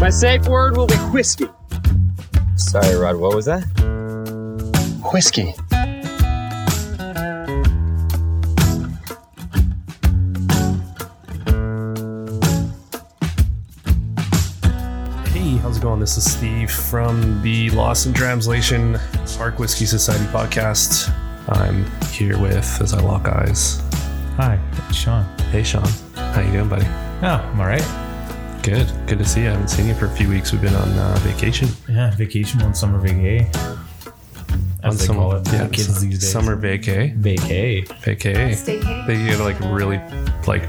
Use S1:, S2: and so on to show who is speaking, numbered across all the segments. S1: My safe word will be whiskey.
S2: Sorry, Rod, what was that?
S1: Whiskey.
S3: Hey, how's it going? This is Steve from the Lost in Translation Spark Whiskey Society podcast. I'm here with, as I lock eyes,
S4: Hi, it's Sean.
S3: hey Sean. How you doing, buddy?
S4: Oh, I'm all right.
S3: Good. Good to see you. I haven't seen you for a few weeks. We've been on uh, vacation.
S4: Yeah, vacation on summer vacay.
S3: on
S4: As they call it,
S3: yeah,
S4: the kids
S3: su-
S4: these days.
S3: summer vacay.
S4: vacay.
S3: Vacay.
S5: Staycation.
S3: They you gotta like really like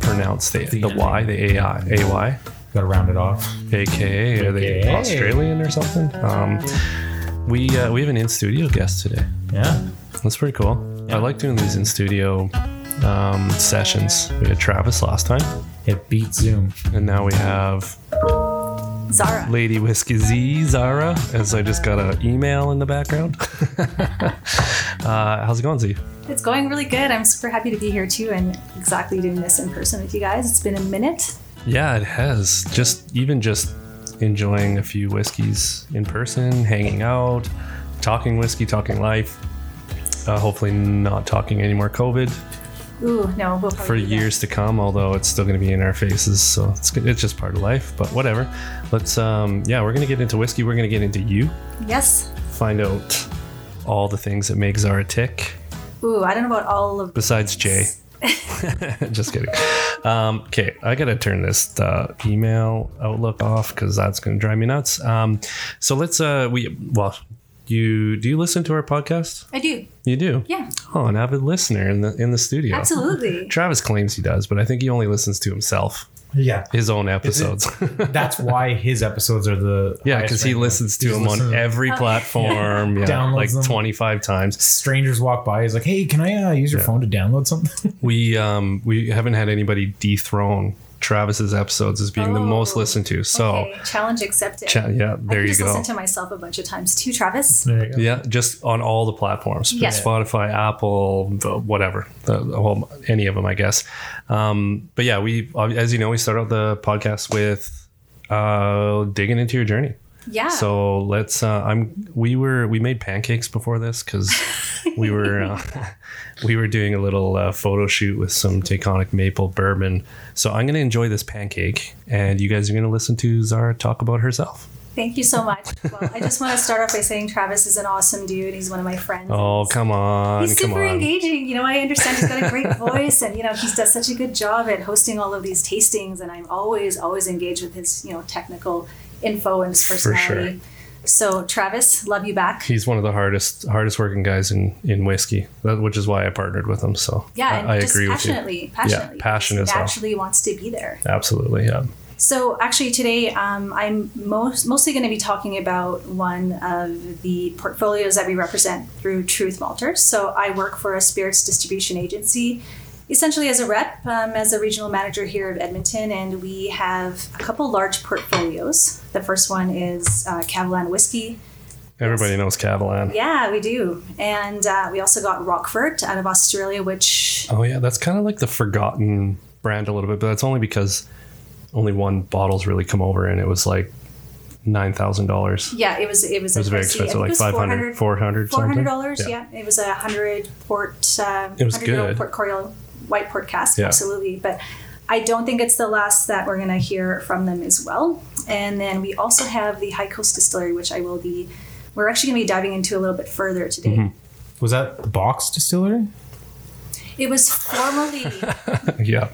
S3: pronounce the the,
S4: The-
S3: Y, the AI, AY.
S4: Got to round it off.
S3: AKA, are they
S4: AKA.
S3: Australian or something? Um, we uh, we have an in studio guest today.
S4: Yeah,
S3: That's pretty cool. I like doing these in studio um, sessions. We had Travis last time,
S4: it beat Zoom.
S3: and now we have
S5: Zara.
S3: Lady Whiskey Z Zara. As I just got an email in the background. uh, how's it going, Z?
S5: It's going really good. I'm super happy to be here too and exactly doing this in person with you guys. It's been a minute.
S3: Yeah, it has. Just even just enjoying a few whiskeys in person, hanging out, talking whiskey, talking life. Uh, hopefully, not talking any more COVID
S5: Ooh, no, we'll probably
S3: for
S5: do that.
S3: years to come. Although it's still going to be in our faces, so it's it's just part of life. But whatever. Let's um yeah, we're going to get into whiskey. We're going to get into you.
S5: Yes.
S3: Find out all the things that make Zara tick.
S5: Ooh, I don't know about all of
S3: Besides Jay. Just kidding. Um, okay, I gotta turn this uh, email Outlook off because that's gonna drive me nuts. Um, so let's. Uh, we well, you do you listen to our podcast?
S5: I do.
S3: You do.
S5: Yeah.
S3: Oh, an avid listener in the in the studio.
S5: Absolutely.
S3: Travis claims he does, but I think he only listens to himself,
S4: Yeah,
S3: his own episodes.
S4: that's why his episodes are the
S3: yeah,
S4: highest
S3: because he
S4: ranked ones.
S3: listens to
S4: He's
S3: him on
S4: listening-
S3: every platform, yeah,
S4: Downloads
S3: like
S4: them.
S3: twenty five times.
S4: Strangers walk by. He's like, "Hey, can I uh, use your phone to download something?"
S3: we um we haven't had anybody dethrone Travis's episodes as being the
S5: Oh.
S3: most listened to. So
S5: okay. challenge accepted.
S3: cha- yeah, there
S5: I can
S3: you
S5: just
S3: go.
S5: listen to myself a bunch of times too, Travis.
S4: there you go.
S3: yeah, just on all the platforms,
S5: Yeah.
S3: Spotify, Apple, the- whatever, the, the whole, any of them, I guess. Um, but yeah, we ob- as you know, we start out the podcast with uh, digging into your journey.
S5: Yeah.
S3: So let's. Uh, I'm. We were. We made pancakes before this because we were. Uh, we were doing a little uh, photo shoot with some Taconic maple bourbon. So I'm gonna enjoy this pancake, and you guys are gonna listen to Zara talk about herself.
S5: Thank you so much. Well, I just want to start off by saying Travis is an awesome dude. He's one of my friends.
S3: Oh come on,
S5: He's
S3: come
S5: super
S3: on.
S5: engaging. You know, I understand he's got a great voice, and you know, he does such a good job at hosting all of these tastings. And I'm always, always engaged with his, you know, technical info and his
S3: For sure.
S5: personality. So, Travis, love you back.
S3: He's one of the hardest hardest working guys in in whiskey, that, which is why I partnered with him. So
S5: yeah,
S3: I,
S5: and
S3: I
S5: just
S3: agree with you.
S5: passionately, passionately,
S3: passionate
S5: He
S3: as
S5: just
S3: hell.
S5: naturally wants to be there.
S3: Absolutely, yeah.
S5: So actually today um, I'm most, mostly going to be talking about one of the portfolios that we represent through Truth Malters. So I work for a spirits distribution agency, essentially as a rep, um, as a regional manager here of Edmonton, and we have a couple large portfolios. The first one is uh, Catalan Whiskey.
S3: Everybody knows Catalan.
S5: Yeah, we do. And uh, we also got Rockford out of Australia, which
S3: Oh yeah, that's kind of like the forgotten brand a little bit, but that's only because only one bottle's really come over, and it was like nine thousand dollars.
S5: yeah, it was it was,
S3: It was very
S5: pricey- I
S3: expensive,
S5: think
S3: like
S5: it was
S3: 500 400
S5: Four
S3: something.
S5: hundred dollars. Yeah. it was a hundred port. Uh,
S3: It was
S5: 100 year old
S3: good.
S5: Port Coriol white port cask.
S3: Yeah.
S5: Absolutely, but I don't think it's the last that we're going to hear from them as well. And then we also have the High Coast Distillery, which I will be. We're actually going to be diving into a little bit further today.
S3: Mm-hmm.
S4: Was that Box Distillery?
S5: It was formerly,
S3: Yeah,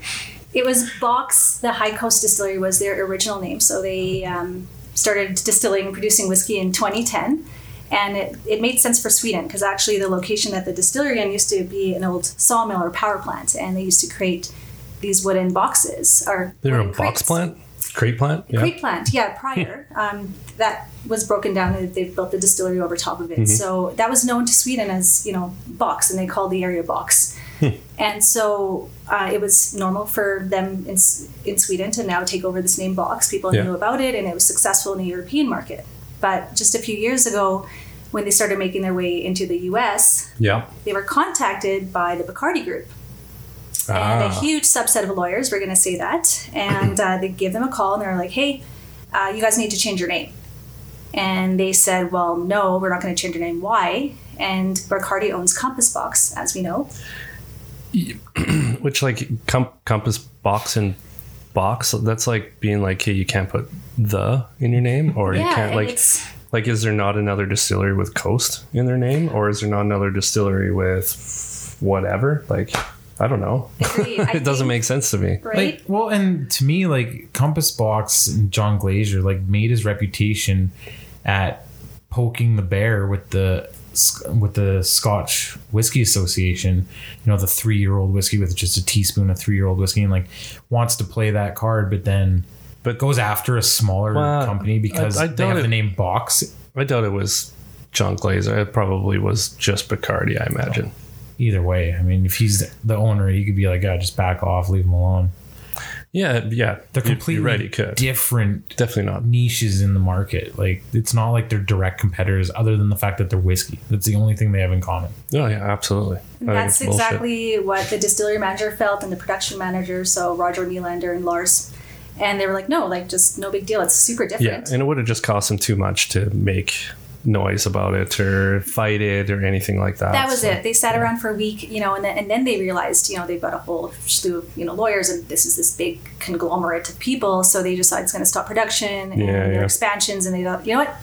S5: it was Box. The High Coast Distillery was their original name, so they um, started distilling, producing whiskey in 2010. and it, it made sense for Sweden because actually the location at the distillery in used to be an old sawmill or power plant, and they used to create these wooden boxes or
S3: they're a
S5: wooden
S3: box
S5: crates.
S3: plant, crate plant. Yeah,
S5: Crate plant, yeah. Prior, um, that was broken down, and they built the distillery over top
S3: Mm-hmm.
S5: of it. So that was known to Sweden as you know box, and they called the area box.
S3: Hmm.
S5: and so uh, it was normal for them in, S- in Sweden to now take over this name box. People
S3: Yeah.
S5: knew about it, and it was successful in the European market. But just a few years ago, when they started making their way into the U.S.,
S3: yeah.
S5: they were contacted by the Bacardi Group and a
S3: Ah,
S5: huge subset of lawyers were going to say that. And uh, they give them a call and they're like, hey, uh, you guys need to change your name. And they said, well, no, we're not going to change your name. Why? And Bacardi owns Compass Box, as we know.
S3: Which like com- compass box and box. That's like being like, hey, you can't put the in your name, or you
S5: Yeah,
S3: can't like
S5: it's-
S3: like is there not another distillery with coast in their name, or is there not another distillery with whatever? Like, I don't know.
S5: Agreed. I
S3: it doesn't
S5: think-
S3: make sense to me.
S5: Right?
S4: Like, well, and to me, like Compass Box and John Glazer, like made his reputation at poking the bear with the sc- with the Scotch Whiskey Association. You know, the three year old whiskey with just a teaspoon of three year old whiskey, and like wants to play that card, but then
S3: But-
S4: but goes after a smaller
S3: Well,
S4: company because
S3: I- I
S4: they
S3: doubt
S4: have
S3: it.
S4: the name Box.
S3: I doubt it was John Glazer. It probably was just Bacardi, I imagine.
S4: Either way, I mean, if he's the owner, he could be like, "Yeah, just back off, leave him alone."
S3: Yeah, yeah.
S4: They're
S3: You- you're
S4: completely
S3: right. He could
S4: different
S3: definitely not.
S4: niches in the market. Like it's not like they're direct competitors, other than the fact that they're whiskey. That's the only thing they have in common.
S3: No, Oh, yeah, absolutely. I think
S5: That's
S3: it's bullshit.
S5: exactly what the distillery manager felt and the production manager, so Roger Nylander and Lars. And they were like, no, like, just no big deal. It's super
S3: Yeah,
S5: different.
S3: and it would have just cost him too much to make noise about it or fight it or anything like that.
S5: that was
S3: So-
S5: it. They sat around for a week, you know, and then, and then they realized, you know, they've got a whole slew of, you know, lawyers and this is this big conglomerate of people. So they decided it's going to stop production and
S3: Yeah,
S5: their
S3: yeah.
S5: expansions. And they thought, you know what?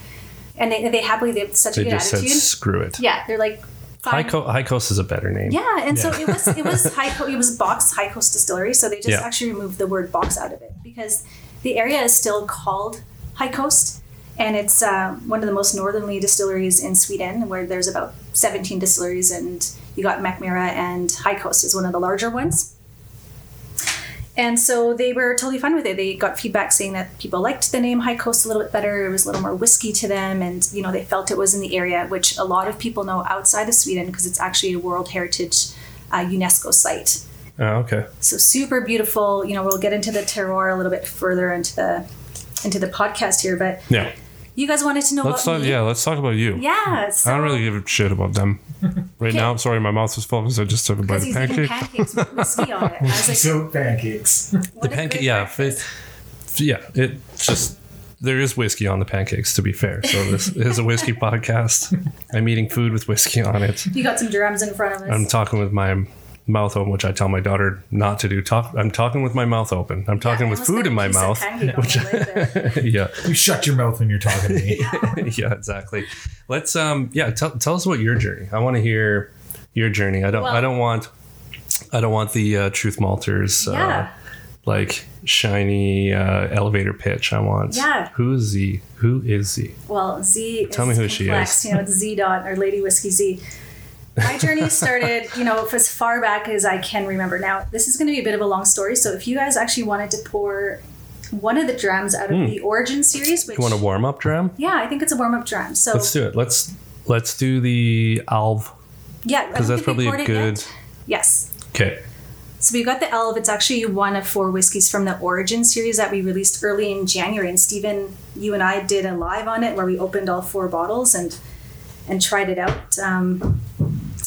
S5: And they, they happily, they have such
S3: They
S5: a good
S3: just said,
S5: attitude.
S3: "Screw it."
S5: yeah. They're like,
S3: High
S5: fine.
S3: Co- High Coast is a better name.
S5: Yeah, and so it was it was high co- it was box high coast distillery, so they just
S3: Yeah.
S5: actually removed the word box out of it because the area is still called high coast, and it's uh, one of the most northerly distilleries in Sweden, where there's about 17 distilleries, and you got Macmira and High Coast is one of the larger ones. And so they were totally fine with it. They got feedback saying that people liked the name High Coast a little bit better. It was a little more whiskey to them, and you know they felt it was in the area, which a lot of people know outside of Sweden because it's actually a World Heritage uh, UNESCO site.
S3: Oh, okay.
S5: So super beautiful. You know we'll get into the terroir a little bit further into the into the podcast here, but
S3: Yeah.
S5: you guys wanted to know
S6: Let's
S5: about
S6: talk.
S5: me.
S6: Yeah, let's talk about you.
S5: Yeah, so-
S6: I don't really give a shit about them right now. I'm sorry, my mouth is full because I just took a bite of
S5: because he's eating
S6: pancake.
S5: pancakes with whiskey on it. I was like,
S4: pancakes.
S5: what a
S3: Pancake.
S5: great
S3: Yeah. if
S5: breakfast.
S3: it- if- yeah. It just there is whiskey on the pancakes. To be fair, so this is a whiskey podcast. I'm eating food with whiskey on it.
S5: You got some germs in front of us.
S3: I'm talking with my mouth open, which I tell my daughter not to do. Talk. I'm talking with my mouth open. I'm talking
S5: I
S3: with
S5: almost
S3: food
S5: got
S3: in
S5: a
S3: my
S5: piece of
S3: mouth.
S5: pancake on my leg there.
S3: yeah.
S4: You shut your mouth when you're talking to me.
S3: yeah, exactly. Let's um yeah, tell tell us what your journey. I want to hear your journey. I don't I
S5: Well-
S3: don't want I don't want the uh, truth malters
S5: Yeah.
S3: uh, like shiny uh, elevator pitch. I want
S5: Yeah.
S3: who's Z? Who is Z?
S5: Well, Z.
S3: Tell
S5: is
S3: me who she
S5: complex,
S3: is.
S5: You know, it's Z dot or Lady Whiskey Z. My journey started, you know, as far back as I can remember. Now, this is going to be a bit of a long story, so if you guys actually wanted to pour one of the drams out of the Origin series, which
S3: Hmm. You want a warm up dram?
S5: yeah, I think it's a warm-up dram. So
S3: Let's do it. Let's let's do the alv
S5: yeah,
S3: because that's probably a good
S5: Yes,
S3: okay.
S5: So we've got the Elv. It's actually one of four whiskeys from the Origin series that we released early in January. And Stephen, you and I did a live on it where we opened all four bottles and and tried it out. Um,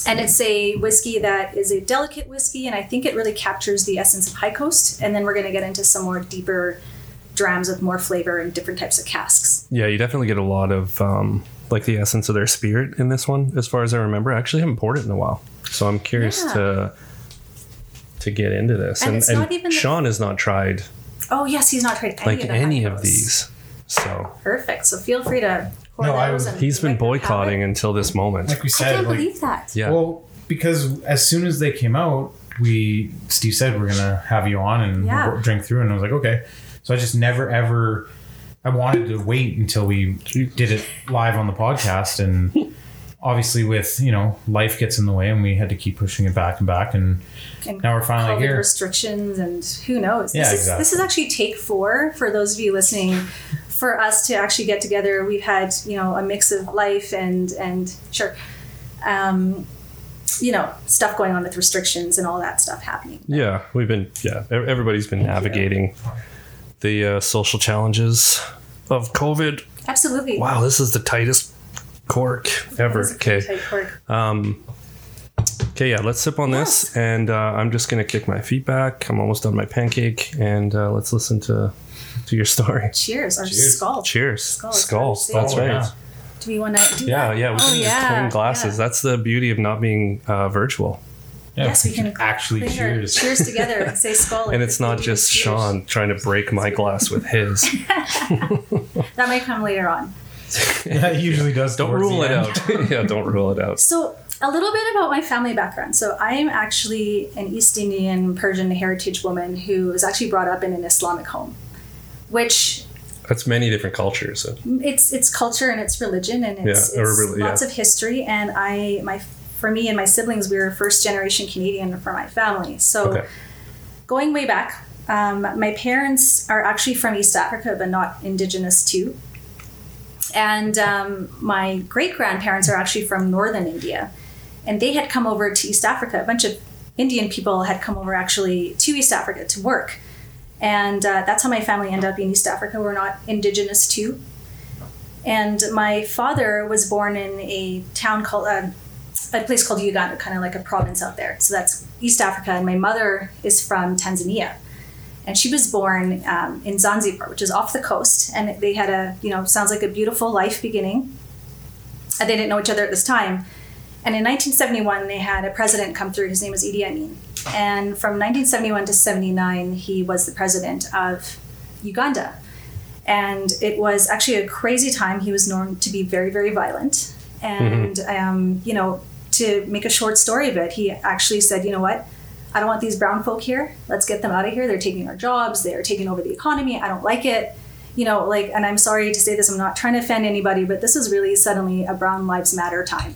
S5: and it's a whiskey that is a delicate whiskey, and I think it really captures the essence of High Coast. And then we're going to get into some more deeper drams with more flavor and different types of casks.
S3: Yeah, you definitely get a lot of um, like the essence of their spirit in this one, as far as I remember. I actually haven't poured it in a while, so I'm curious
S5: Yeah.
S3: to to get into this.
S5: And it's not even the-
S3: Sean has not tried
S5: Oh yes, he's not tried any
S3: like
S5: of, the
S3: any
S5: High
S3: of
S5: Coast.
S3: these, so
S5: Perfect. So feel free to. pour
S4: No, I
S5: those
S4: was-
S5: and
S3: he's
S5: you
S3: been
S5: might not have it.
S3: boycotting until this moment.
S4: Like we
S5: I
S4: said,
S5: can't
S4: like,
S5: believe that.
S3: Yeah,
S4: Well, because as soon as they came out, we Steve said we're gonna have you on and
S5: Yeah.
S4: we'll drink through, and I was like, okay. So I just never ever. I wanted to wait until we did it live on the podcast, and obviously with you know life gets in the way, and we had to keep pushing it back and back, and
S5: and
S4: Now we're finally
S5: COVID
S4: here.
S5: Restrictions and who knows?
S4: Yeah,
S5: this is
S4: exactly.
S5: this is actually take four for those of you listening. For us to actually get together, we've had you know a mix of life and and sure, um, you know stuff going on with restrictions and all that stuff happening.
S3: yeah, we've been yeah, e- everybody's been navigating the uh, social challenges of COVID.
S5: Absolutely.
S3: Wow, this is the tightest cork ever.
S5: This is
S3: Okay,
S5: tight cork.
S3: Okay, yeah, let's sip on this, and uh, I'm just gonna kick my feet back. I'm almost done my pancake, and uh, let's listen to to your story.
S5: Cheers or
S4: Cheers.
S5: skull.
S3: Cheers.
S5: Skull
S3: Skull.
S5: is first,
S3: That's
S5: yeah.
S3: right.
S4: Yeah.
S5: Do we want to do
S3: Yeah,
S5: that?
S3: yeah. We
S5: Oh,
S3: can just
S5: yeah,
S3: clean glasses.
S5: yeah.
S3: That's the beauty of not being uh, virtual.
S5: Yes, we can
S4: actually
S5: clean our-
S4: cheers.
S5: cheers together and say skull.
S3: And it's not just
S5: Cheers.
S3: Sean trying to break my glass with his.
S5: That might come later on.
S4: That usually does.
S3: Don't
S4: towards
S3: rule
S4: the
S3: it
S4: end.
S3: out. yeah, don't rule it out.
S5: So, a little bit about my family background. So, I am actually an East Indian Persian heritage woman who was actually brought up in an Islamic home, which
S3: That's many different cultures. So.
S5: it's it's culture and it's religion and it's,
S3: Yeah, or
S5: it's
S3: really-
S5: lots
S3: yeah.
S5: of history. And I my for me and my siblings, we were first generation Canadian for my family. So,
S3: Okay.
S5: going way back. Um, my parents are actually from East Africa, but not indigenous too. And um, my great grandparents are actually from northern India. And they had come over to East Africa. A bunch of Indian people had come over actually to East Africa to work. And uh, that's how my family ended up in East Africa. We're not indigenous too. And my father was born in a town called, uh, a place called Uganda, kind of like a province out there. So that's East Africa. And my mother is from Tanzania. And she was born um, in Zanzibar, which is off the coast. And they had a, you know, sounds like a beautiful life beginning. And they didn't know each other at this time. And in 1971, they had a president come through. His name was Idi Amin. And from 1971 to 79, he was the president of Uganda and it was actually a crazy time. He was known to be very, very violent, and um, you know, to make a short story of it, he actually said, "You know what? I don't want these brown folk here. Let's get them out of here. They're taking our jobs. They're taking over the economy. I don't like it." You know, like, and I'm sorry to say this. I'm not trying to offend anybody, but this is really suddenly a Brown Lives Matter time.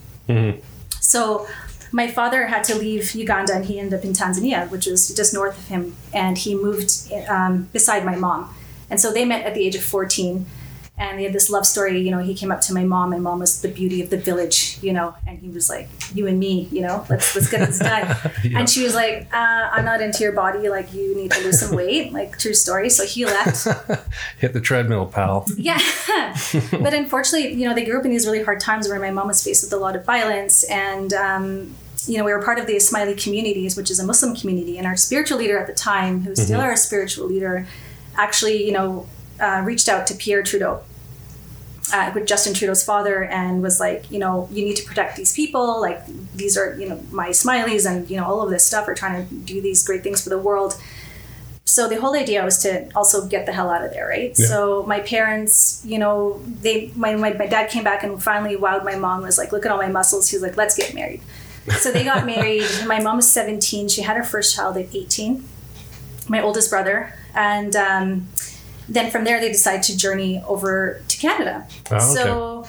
S5: So my father had to leave Uganda and he ended up in Tanzania, which is just north of him. And he moved um, beside my mom. And so they met at the age of 14. And they had this love story. You know, he came up to my mom, and mom was the beauty of the village, you know. And he was like, "You and me, you know, let's let's get this done." And she was like, uh, "I'm not into your body. Like, you need to lose some weight. Like, true story." So he left.
S3: Hit the treadmill, pal.
S5: Yeah. but unfortunately, you know, they grew up in these really hard times where my mom was faced with a lot of violence. And, um, you know, we were part of the Ismaili communities, which is a Muslim community. And our spiritual leader at the time, who's still our spiritual leader, actually, you know, uh, reached out to Pierre Trudeau. Uh, with Justin Trudeau's father, and was like, you know, you need to protect these people. Like, these are, you know, my smileys, and you know, all of this stuff are trying to do these great things for the world so the whole idea was to also get the hell out of there right so my parents you know they my, my, my dad came back and finally wowed my mom was like look at all my muscles he's like let's get married so they got married my mom was 17 she had her first child at 18 my oldest brother and um, then from there they decide to journey over to canada
S3: Oh, okay.
S5: so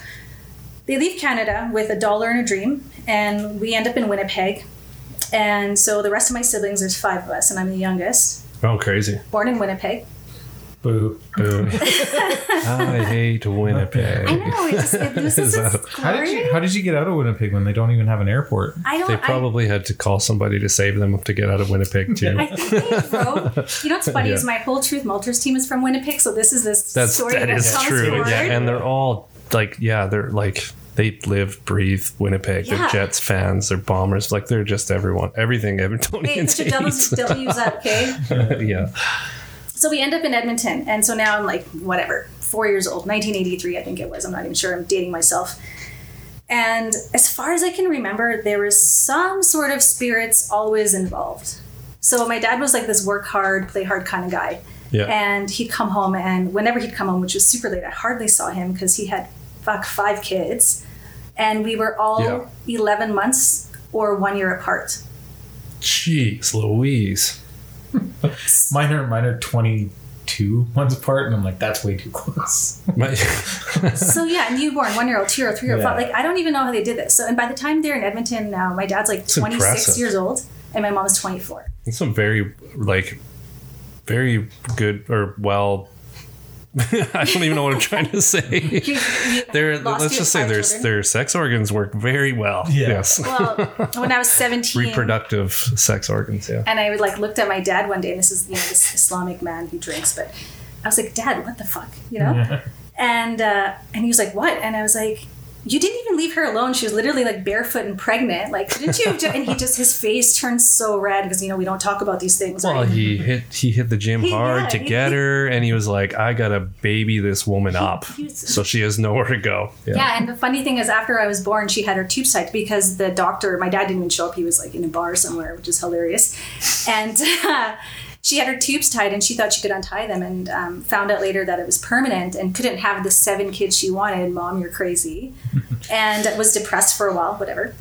S5: they leave canada with a dollar and a dream and we end up in winnipeg and so the rest of my siblings there's five of us and i'm the youngest
S3: Oh, crazy.
S5: born in Winnipeg.
S4: Boo.
S3: Boom. I hate Winnipeg.
S5: I know it just it loses its
S4: How did
S5: glory.
S4: you How did you get out of Winnipeg when they don't even have an airport?
S5: I don't.
S3: They
S5: I,
S3: probably had to call somebody to save them to get out of Winnipeg too.
S5: I think they wrote. You know what's funny is my whole Truth Malters team is from Winnipeg, so this is this
S3: That's
S5: story
S3: that is
S5: comes
S3: true.
S5: forward.
S3: Yeah, and they're all like, yeah, they're like they live, breathe Winnipeg.
S5: Yeah.
S3: They're Jets fans. They're bombers. Like they're just everyone, everything. Everyone
S5: Wait, put your W's, W's up, okay?
S3: yeah.
S5: So we end up in Edmonton, and so now I'm like whatever, four years old, 1983, I think it was. I'm not even sure. I'm dating myself. And as far as I can remember, there was some sort of spirits always involved. So my dad was like this work hard, play hard kind of guy.
S3: Yeah.
S5: And he'd come home, and whenever he'd come home, which was super late, I hardly saw him because he had fuck five kids, and we were all
S3: Yeah.
S5: 11 months or one year apart.
S3: Jeez, Louise.
S4: Mine are Mine are twenty two months apart, and I'm like, that's way too close.
S3: My-
S5: so yeah, newborn, one year old, two year old, three year old,
S4: Yeah.
S5: five. Like I don't even know how they did this. So and by the time they're in Edmonton now, my dad's like twenty six
S3: impressive.
S5: years old and my mom's twenty four.
S3: It's some very like very good or well. I don't even know what I'm trying to say. They're, let's just say their their sex organs work very well.
S4: Yeah.
S3: Yes,
S5: well when I was seventeen
S3: reproductive sex organs. Yeah.
S5: and I would like looked at my dad one day and this is you know this Islamic man who drinks, but I was like, Dad, what the fuck? You know? and uh, and he was like, "What?" And I was like, you didn't even leave her alone. She was literally like barefoot and pregnant. Like, didn't you? and he just his face turned so red because you know we don't talk about these things.
S3: Well,
S5: right?
S3: he hit he hit the gym
S5: He-
S3: hard
S5: yeah,
S3: to
S5: he-
S3: get her, and he was like, "I gotta baby this woman up,
S5: he was-
S3: so she has nowhere to go." Yeah.
S5: Yeah, and the funny thing is, after I was born, she had her tubes tied because the doctor, my dad didn't even show up. He was like in a bar somewhere, which is hilarious. And she had her tubes tied, and she thought she could untie them, and um, found out later that it was permanent and couldn't have the seven kids she wanted. Mom, you're crazy. and was depressed for a while, whatever.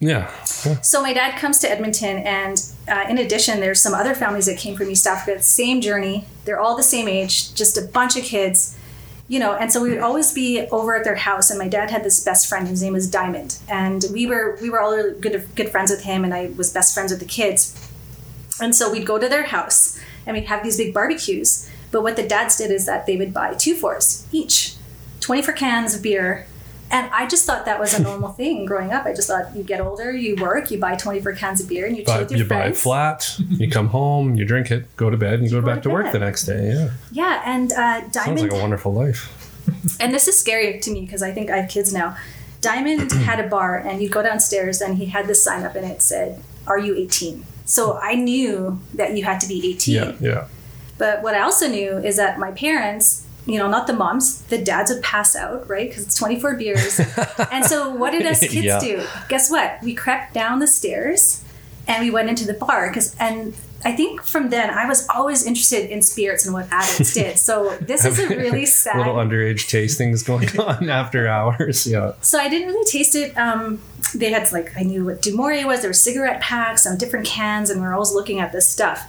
S3: Yeah.
S5: So my dad comes to Edmonton, and uh, in addition, there's some other families that came from East Africa, same journey. They're all the same age, just a bunch of kids, you know. And so we would always be over at their house, and my dad had this best friend whose name was Diamond, and we were we were all good good friends with him, and I was best friends with the kids. And so we'd go to their house and we'd have these big barbecues. But what the dads did is that they would buy two fours each, 24 cans of beer. And I just thought that was a normal thing growing up. I just thought you get older, you work, you buy 24 cans of beer, and you chill
S3: But
S5: with your
S3: you buy it
S5: friends.
S3: flat, you come home, you drink it, go to bed, and you go,
S5: go
S3: back
S5: to
S3: to work
S5: bed.
S3: the next day. Yeah.
S5: yeah, and uh,
S3: Sounds
S5: Diamond
S3: like a wonderful life.
S5: and this is scary to me because I think I have kids now. Diamond had a bar, and you'd go downstairs, and he had this sign up, and it said, "Are you 18?" So I knew that you had to be 18.
S3: Yeah. Yeah.
S5: But what I also knew is that my parents, you know, not the moms, the dads would pass out, right? Because it's 24 beers. and so what did us kids
S3: Yeah.
S5: do? Guess what? We crept down the stairs and we went into the bar because and I think from then I was always interested in spirits and what adults did. So this is a really sad
S3: Little underage tastings going on after hours. Yeah.
S5: so I didn't really taste it. Um, they had like I knew what Dumore was. There were cigarette packs, some different cans, and we were always looking at this stuff.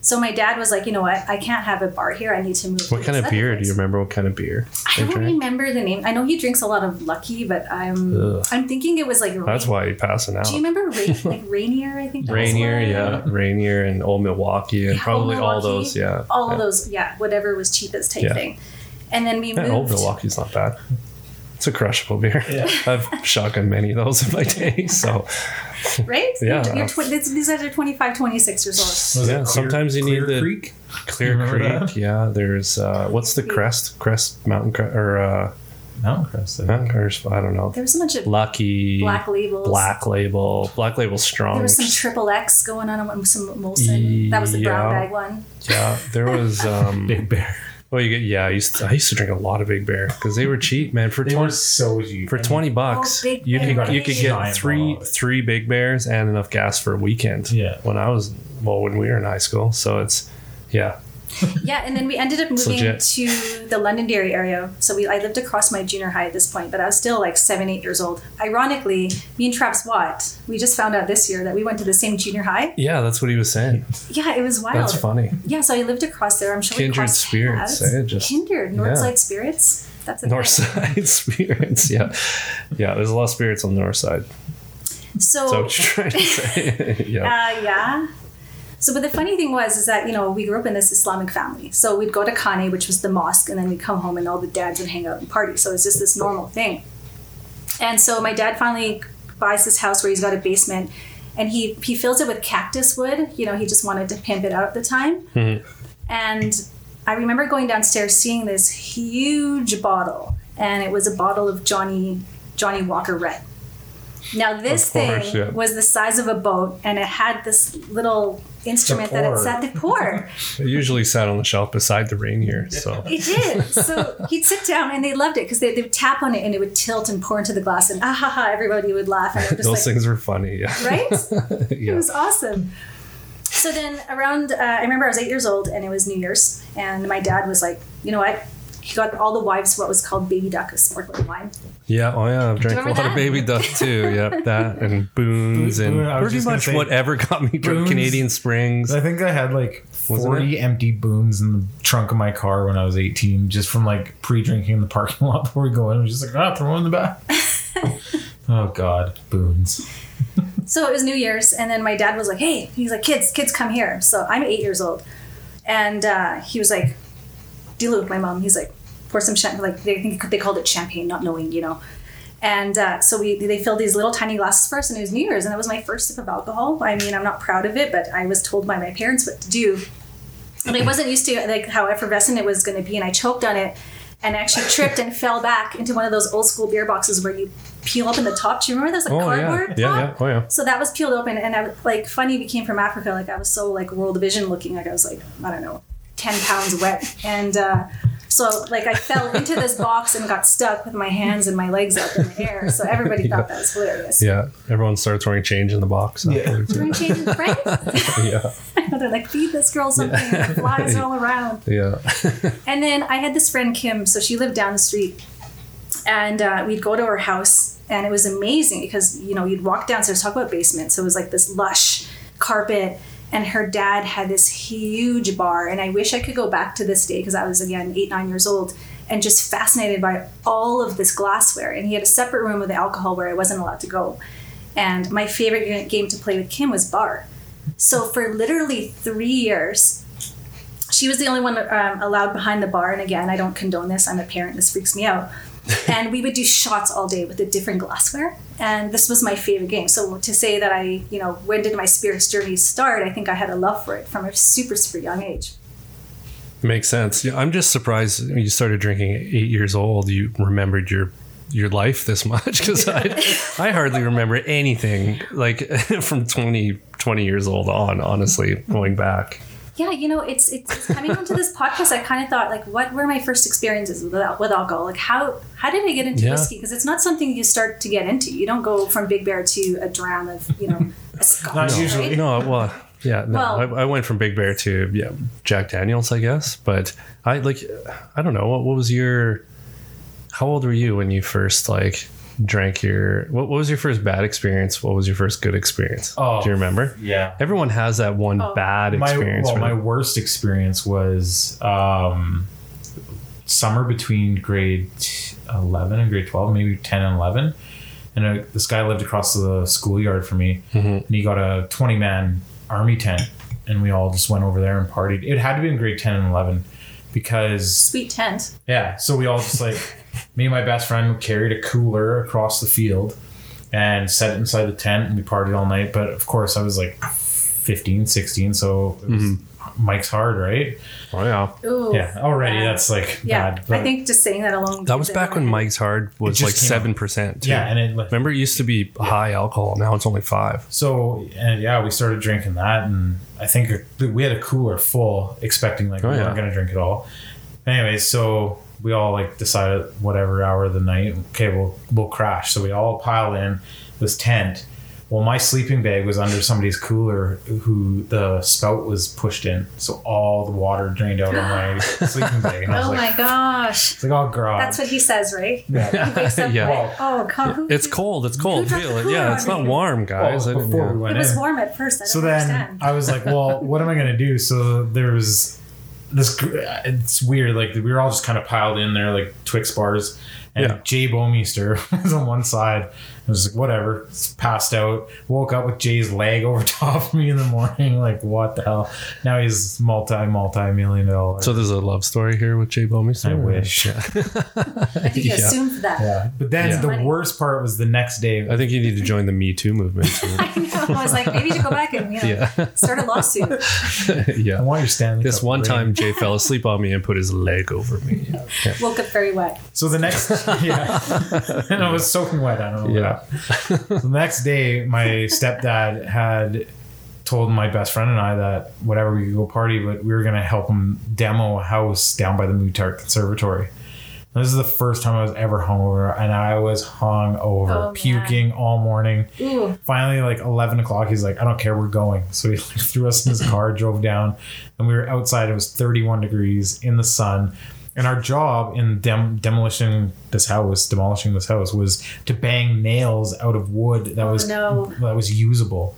S5: So my dad was like, you know what? I can't have a bar here. I need to move.
S3: What
S5: to
S3: kind
S5: this
S3: of
S5: other
S3: beer do
S5: place."
S3: you remember? What kind of beer?
S5: I
S3: they
S5: don't
S3: drank?
S5: remember the name. I know he drinks a lot of Lucky, but I'm
S3: Ugh.
S5: I'm thinking it was like.
S3: That's
S5: Rain-
S3: why you're passing out.
S5: Do you remember Ra- like Rainier? I think that was
S3: Rainier,
S5: one.
S3: yeah, Rainier and Old Milwaukee, and
S5: Yeah,
S3: probably
S5: Old
S3: all
S5: Milwaukee,
S3: those, yeah,
S5: all
S3: yeah.
S5: of those, yeah, whatever was cheapest type
S3: Yeah.
S5: thing. And then we
S3: Yeah, Old
S5: moved.
S3: Milwaukee's not bad. It's a crushable beer. I've shotgun many of those in my day, so
S5: right?
S3: Yeah.
S5: You're, tw- this- these guys are 25, 26 years old.
S4: Was
S3: yeah.
S4: it Clear-
S3: sometimes you need
S4: Clear
S3: the
S4: Creek?
S3: Clear
S4: Remember
S3: Creek.
S4: that?
S3: Yeah, there's uh, what's the
S5: Creek.
S3: crest? Crest Mountain Crest or uh,
S4: Mountain Crest. I think.
S3: Mountain Crest? I don't know.
S5: There was a bunch of
S3: Lucky
S5: black labels.
S3: Black Label. Black Label strong.
S5: There was some triple X going on and some Molson. That was the brown
S3: Yeah.
S5: bag one.
S3: yeah, there was. Um,
S4: Big Bear.
S3: well, you get yeah. I used to, I used to drink a lot of Big Bear because they were cheap, man. For
S4: They
S3: twenty
S4: were so cheap.
S3: for
S4: And
S3: 20 bucks
S5: Oh, Big
S3: you
S5: Bear.
S3: could
S5: You got a
S3: you could
S4: giant
S3: get three
S4: bottle.
S3: three big bears and enough gas for a weekend
S4: Yeah.
S3: when i was well when we were in high school so it's yeah
S5: Yeah, and then we ended up
S3: It's
S5: moving
S3: legit.
S5: to the Londonderry area. So we I lived across my junior high at this point, but I was still like seven, eight years old. Ironically, me and Travis Watt, we just found out this year that we went to the same junior high.
S3: yeah that's what he was saying
S5: Yeah, it was wild.
S3: that's funny
S5: Yeah, so I lived across there. I'm sure we
S3: Kindred
S5: crossed
S3: spirits,
S5: paths.
S3: eh? Just-
S5: Kindred, Northside
S3: yeah.
S5: spirits. That's a
S3: north
S5: thing.
S3: side spirits yeah yeah there's a lot of spirits on the north side so what you're trying to say yeah
S5: Uh, Oh, yeah. So, but the funny thing was is that you know we grew up in this Islamic family, so we'd go to Khane, which was the mosque, and then we'd come home and all the dads would hang out and party. So it's just this normal thing. And so my dad finally buys this house where he's got a basement, and he he fills it with cactus wood. You know, he just wanted to pimp it out at the time.
S3: Mm-hmm.
S5: And I remember going downstairs seeing this huge bottle, and it was a bottle of Johnny Johnny Walker Red. Now this
S3: Of course,
S5: thing
S3: yeah.
S5: was the size of a boat, and it had this little instrument that it
S4: pour.
S5: sat to pour.
S3: it usually sat on the shelf beside the rainier so
S5: It did. So he'd sit down, and they loved it because they, they would tap on it, and it would tilt and pour into the glass, and ah ha ha, everybody would laugh. And I'm just
S3: those
S5: like,
S3: things were funny yeah
S5: right? It
S3: yeah
S5: was awesome. So then around, uh, I remember I was eight years old and it was New Year's, and my dad was like, you know what? He got all the wives what was called baby duck of sparkling wine.
S3: Yeah, oh yeah, I've drank a
S5: remember
S3: lot
S5: that?
S3: of baby duck too. Yeah, that and boons and
S4: Boon, I was
S3: pretty
S4: just gonna
S3: much
S4: say-
S3: whatever got me drunk
S4: Boons.
S3: Canadian Springs.
S4: I think I had like
S3: Wasn't it?
S4: 40 empty booms in the trunk of my car when I was 18, just from like pre drinking in the parking lot before we go in. I was just like, ah, throw 'em in the back. oh, God. Boons.
S5: So it was New Year's, and then my dad was like, hey, he's like, kids, kids, come here. So I'm eight years old. And uh, he was like, Dilu, my mom, he's like, pour some champagne. Like, they think they called it champagne, not knowing, you know. And uh, so we they filled these little tiny glasses for us, and it was New Year's, and it was my first sip of alcohol. I mean, I'm not proud of it, but I was told by my parents what to do. And I wasn't used to like how effervescent it was going to be, and I choked on it. and actually tripped and fell back into one of those old school beer boxes where you peel open the top. Do you remember those like
S3: Oh yeah,
S5: cardboard?
S3: yeah,
S5: top?
S3: yeah. Oh yeah.
S5: So that was peeled open, and I like funny. We came from Africa. Like I was so like world vision looking. Like I was like I don't know, ten pounds wet, and uh, so like I fell into this box and got stuck with my hands and my legs up in the air. So everybody thought that was hilarious.
S3: Yeah, everyone starts throwing change in the box. afterwards.
S5: Doing change in Frank?
S3: Yeah,
S5: They're like, feed this girl something. and it flies all around.
S3: yeah.
S5: And then I had this friend Kim, so she lived down the street, and uh, we'd go to her house, and it was amazing because you know you'd walk downstairs. Talk about basement, so it was like this lush carpet, and her dad had this huge bar, and I wish I could go back to this day because I was again eight nine years old. And just fascinated by all of this glassware. And he had a separate room with alcohol where I wasn't allowed to go. And my favorite game to play with Kim was bar. So for literally three years, she was the only one um, allowed behind the bar. And again, I don't condone this. I'm a parent. This freaks me out. and we would do shots all day with a different glassware. And this was my favorite game. So to say that I, you know, when did my spirits journey start? I think I had a love for it from a super, super young age.
S3: Makes sense. Yeah, I'm just surprised when you started drinking at eight years old. You remembered your your life this much because I I hardly remember anything like from 20, 20 years old on. Honestly, going back.
S5: Yeah, you know, it's it's it's coming onto this podcast. I kind of thought like, what were my first experiences with al- with alcohol? Like, how how did I get into
S3: Yeah.
S5: whiskey? Because it's not something you start to get into. You don't go from Big Bear to a dram of you know a scotch.
S4: Not usually.
S5: right?
S3: No, well, yeah, no.
S5: Well-
S3: I, I went from Big Bear to yeah Jack Daniels, I guess. But I like, I don't know what, what was your, how old were you when you first like drank your? What, what was your first bad experience? What was your first good experience?
S4: Oh.
S3: Do you remember?
S4: Yeah.
S3: Everyone has that one
S5: Oh.
S3: bad experience.
S4: My, well,
S3: where
S4: my worst experience was um, summer between grade 11 and grade 12, maybe 10 and 11. And uh, this guy lived across the schoolyard from me, and he got a 20 man army tent, and we all just went over there and partied. It had to be in grade 10 and 11 because
S5: Sweet tent.
S4: yeah, so we all just like me and my best friend carried a cooler across the field and set it inside the tent and we partied all night. But of course, I was like 15, 16, so it was Mike's hard, right?
S3: oh yeah,
S5: Ooh.
S4: Yeah, already
S5: bad.
S4: that's like
S5: Yeah,
S4: bad.
S5: I think just saying that alone.
S3: that was back when Mike's Hard was
S4: just
S3: like
S4: came out.
S3: seven percent.
S4: yeah, and it like,
S3: remember it used to be high alcohol. Now it's only five.
S4: so and yeah, we started drinking that, and I think we had a cooler full, expecting like
S3: Oh,
S4: we
S3: yeah.
S4: weren't gonna drink it all. Anyway, so we all like decided whatever hour of the night, okay, we'll we'll crash. So we all pile in this tent. Well, my sleeping bag was under somebody's cooler, who the spout was pushed in, so all the water drained out of my sleeping bag, and I was
S5: Oh
S4: like,
S5: my gosh,
S4: it's like oh god,
S5: that's what he says, right?
S4: yeah.
S5: He wakes up
S3: Yeah.
S5: like, oh, come, who-
S3: It's cold. It's cold.
S5: dropped the
S3: Feel it.
S5: cooler
S3: Yeah,
S5: on
S3: it's not
S5: me?
S3: warm,
S4: Well,
S3: guys. I didn't-
S4: Oh, before we
S3: yeah.
S4: went
S5: It was
S4: in.
S5: warm at first. I don't
S4: so then
S5: understand.
S4: I was like, well, what am I gonna do? So there was this. gr- It's weird. Like we were all just kind of piled in there, like Twix bars, and
S3: Yeah.
S4: Jay Bomeister was on one side. I was like, whatever. Passed out. Woke up with Jay's leg over top of me in the morning. Like what the hell? Now he's multi multi million dollar.
S3: So there's a love story here with Jay Bomey.
S4: I wish.
S5: I think you
S3: yeah.
S5: assumed that.
S4: yeah. But then
S3: Yeah. Uh,
S4: the worst part was the next day.
S3: I think you need to join the Me Too movement. too.
S5: I know. I was like, maybe you should go back and you know,
S3: yeah,
S5: start a lawsuit.
S4: I
S3: yeah.
S4: want your Stanley.
S3: This
S4: Cup
S3: one
S4: ring.
S3: time, Jay fell asleep on me and put his leg over me.
S5: Woke up very wet.
S4: So the next, yeah, and I was soaking wet. I don't know.
S3: Yeah.
S4: So the next day, my stepdad had told my best friend and I that whatever we could go party, but we were gonna help him demo a house down by the Mutart Conservatory. And this is the first time I was ever hungover, and I was hung over,
S5: Oh, man.
S4: puking all morning.
S5: Ooh,
S4: Finally, like eleven o'clock, he's like, "I don't care, we're going." So he like, threw us in his car, drove down, and we were outside. It was thirty-one degrees in the sun, and our job in dem- demolishing this house, demolishing this house, was to bang nails out of wood
S3: Oh,
S4: that was
S5: no.
S4: that was usable.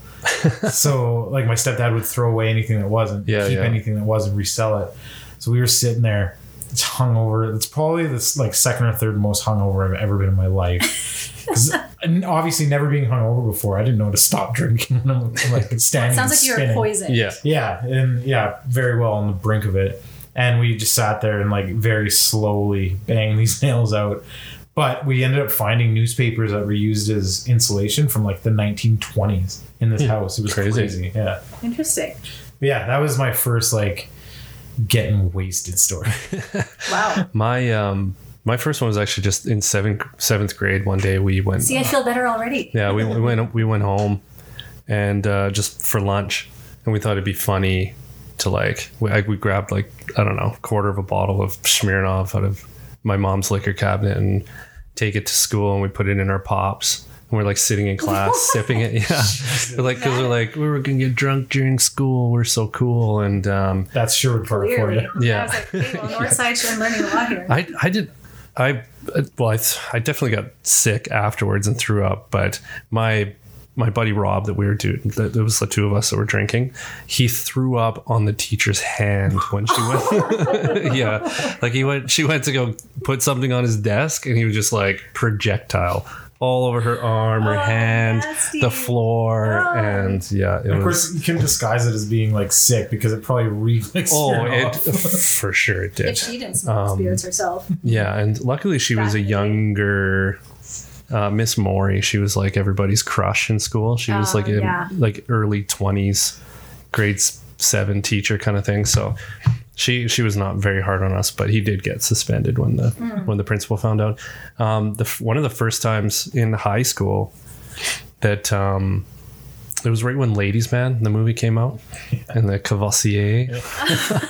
S4: so like my stepdad would throw away anything that wasn't,
S3: Yeah,
S4: keep
S3: yeah.
S4: anything that was, and resell it. So we were sitting there. It's hungover. It's probably this like second or third most hungover I've ever been in my life. 'Cause, and obviously, never being hungover before, I didn't know to stop drinking. when I'm like standing.
S5: sounds
S4: and
S5: like you're
S4: spinning.
S5: poisoned.
S3: Yeah,
S4: Yeah, and yeah, very well on the brink of it. And we just sat there and like very slowly bang these nails out. But we ended up finding newspapers that were used as insulation from like the 1920s in this house. It was
S3: Crazy.
S4: crazy. Yeah,
S5: Interesting.
S4: But yeah, that was my first like getting wasted story.
S5: Wow.
S3: My um my first one was actually just in seventh seventh grade. One day we went.
S5: See, I feel better already.
S3: Yeah, we, we went we went home, and uh, just for lunch, and we thought it'd be funny to like we, I, we grabbed like I don't know quarter of a bottle of Smirnoff out of my mom's liquor cabinet and take it to school and we put it in our pops. And we're like sitting in class sipping it, yeah. We're like, because we're like, we were gonna get drunk during school. We're so cool, and um,
S4: That's Sherwood Park for
S5: Clearly.
S4: you.
S3: Yeah.
S5: I was like, hey, well, Northside, sure, I'm learning a lot here.
S3: I I did I uh, well I, th- I definitely got sick afterwards and threw up, but my my buddy Rob that we were doing that there was the two of us that were drinking, he threw up on the teacher's hand when she went yeah like he went she went to go put something on his desk and he was just like projectile all over her arm her
S5: Oh,
S3: hand
S5: nasty.
S3: the floor
S5: Oh.
S3: and yeah it was
S4: Of course, you can disguise it as being like sick because it probably reeks.
S3: oh
S4: your
S3: it
S4: off.
S3: for sure it did
S5: if she didn't smoke
S3: Um,
S5: spirits herself.
S3: Yeah, and luckily she was
S5: Back
S3: a
S5: in the day.
S3: younger uh, Miss Maury. She was like everybody's crush in school. She was
S5: Oh,
S3: like in
S5: yeah.
S3: like early twenties, grade s- seven teacher kind of thing. So she she was not very hard on us, but he did get suspended when the
S5: Hmm.
S3: when the principal found out. Um, the f- one of the first times in high school that um, it was right when Ladies Man the movie came out and the Cavassier.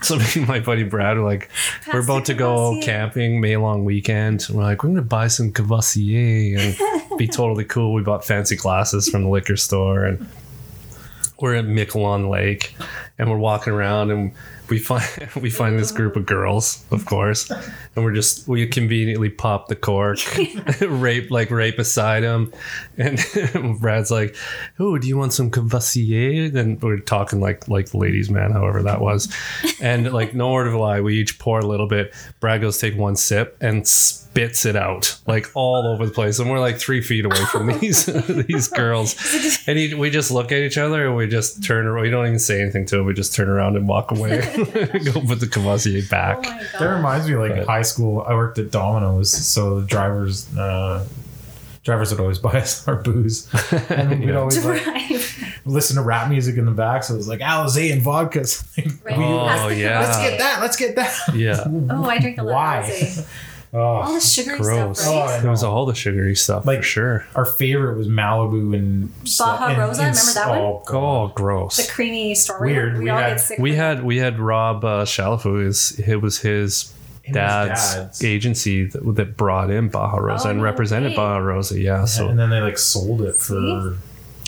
S3: so me and my buddy Brad were like, we're
S5: the
S3: about to go
S5: Cavassier.
S3: camping May long weekend. And we're like, we're gonna buy some Cavassier and be totally cool. We bought fancy glasses from the liquor store and we're at Miquelon Lake and we're walking around and we find we find this group of girls, of course, and we're just we conveniently pop the cork, rape like right beside him, and Brad's like, "Oh, do you want some Cavassier?" And we're talking like like ladies' man, however that was, and like no word of a lie, we each pour a little bit. Brad goes take one sip and spits it out like all over the place, and we're like three feet away from these these girls, and he, we just look at each other and we just turn around. We don't even say anything to him. We just turn around and walk away. Go put the Cavassier
S5: Oh
S3: back.
S5: my
S4: That
S5: god.
S4: reminds me, like
S3: Right.
S4: high school. I worked at Domino's, so the drivers, uh, drivers would always buy us our booze, Oh and we'd
S3: Yeah.
S4: always like,
S5: Right.
S4: listen to rap music in the back. So it was like Alizé and vodka. So, like,
S5: Right.
S4: we-
S3: Oh
S4: Let's
S3: yeah,
S4: get that. Let's get that.
S3: yeah.
S5: Oh, I drink a lot
S4: Why?
S5: of rosé. All
S4: Oh.
S5: the sugary
S3: Gross.
S5: stuff, right?
S4: Oh,
S3: It was all the sugary stuff
S4: Like-
S3: for sure.
S4: Our favorite was Malibu and
S5: Baja
S4: and-
S5: Rosa,
S4: and-
S5: remember that one?
S4: oh, God.
S3: Oh,
S5: the
S3: gross.
S5: creamy story.
S4: Weird,
S5: We,
S4: we
S5: all
S4: had-
S5: get sick.
S3: We
S5: with
S3: had we had Rob uh, Shalafu. Is it was his
S4: his
S3: dad's,
S4: dad's.
S3: agency that, that brought in Baja Rosa
S5: Oh,
S3: and
S5: no
S3: represented
S5: way.
S3: Baja Rosa. Yeah, so
S4: and then they like sold it for.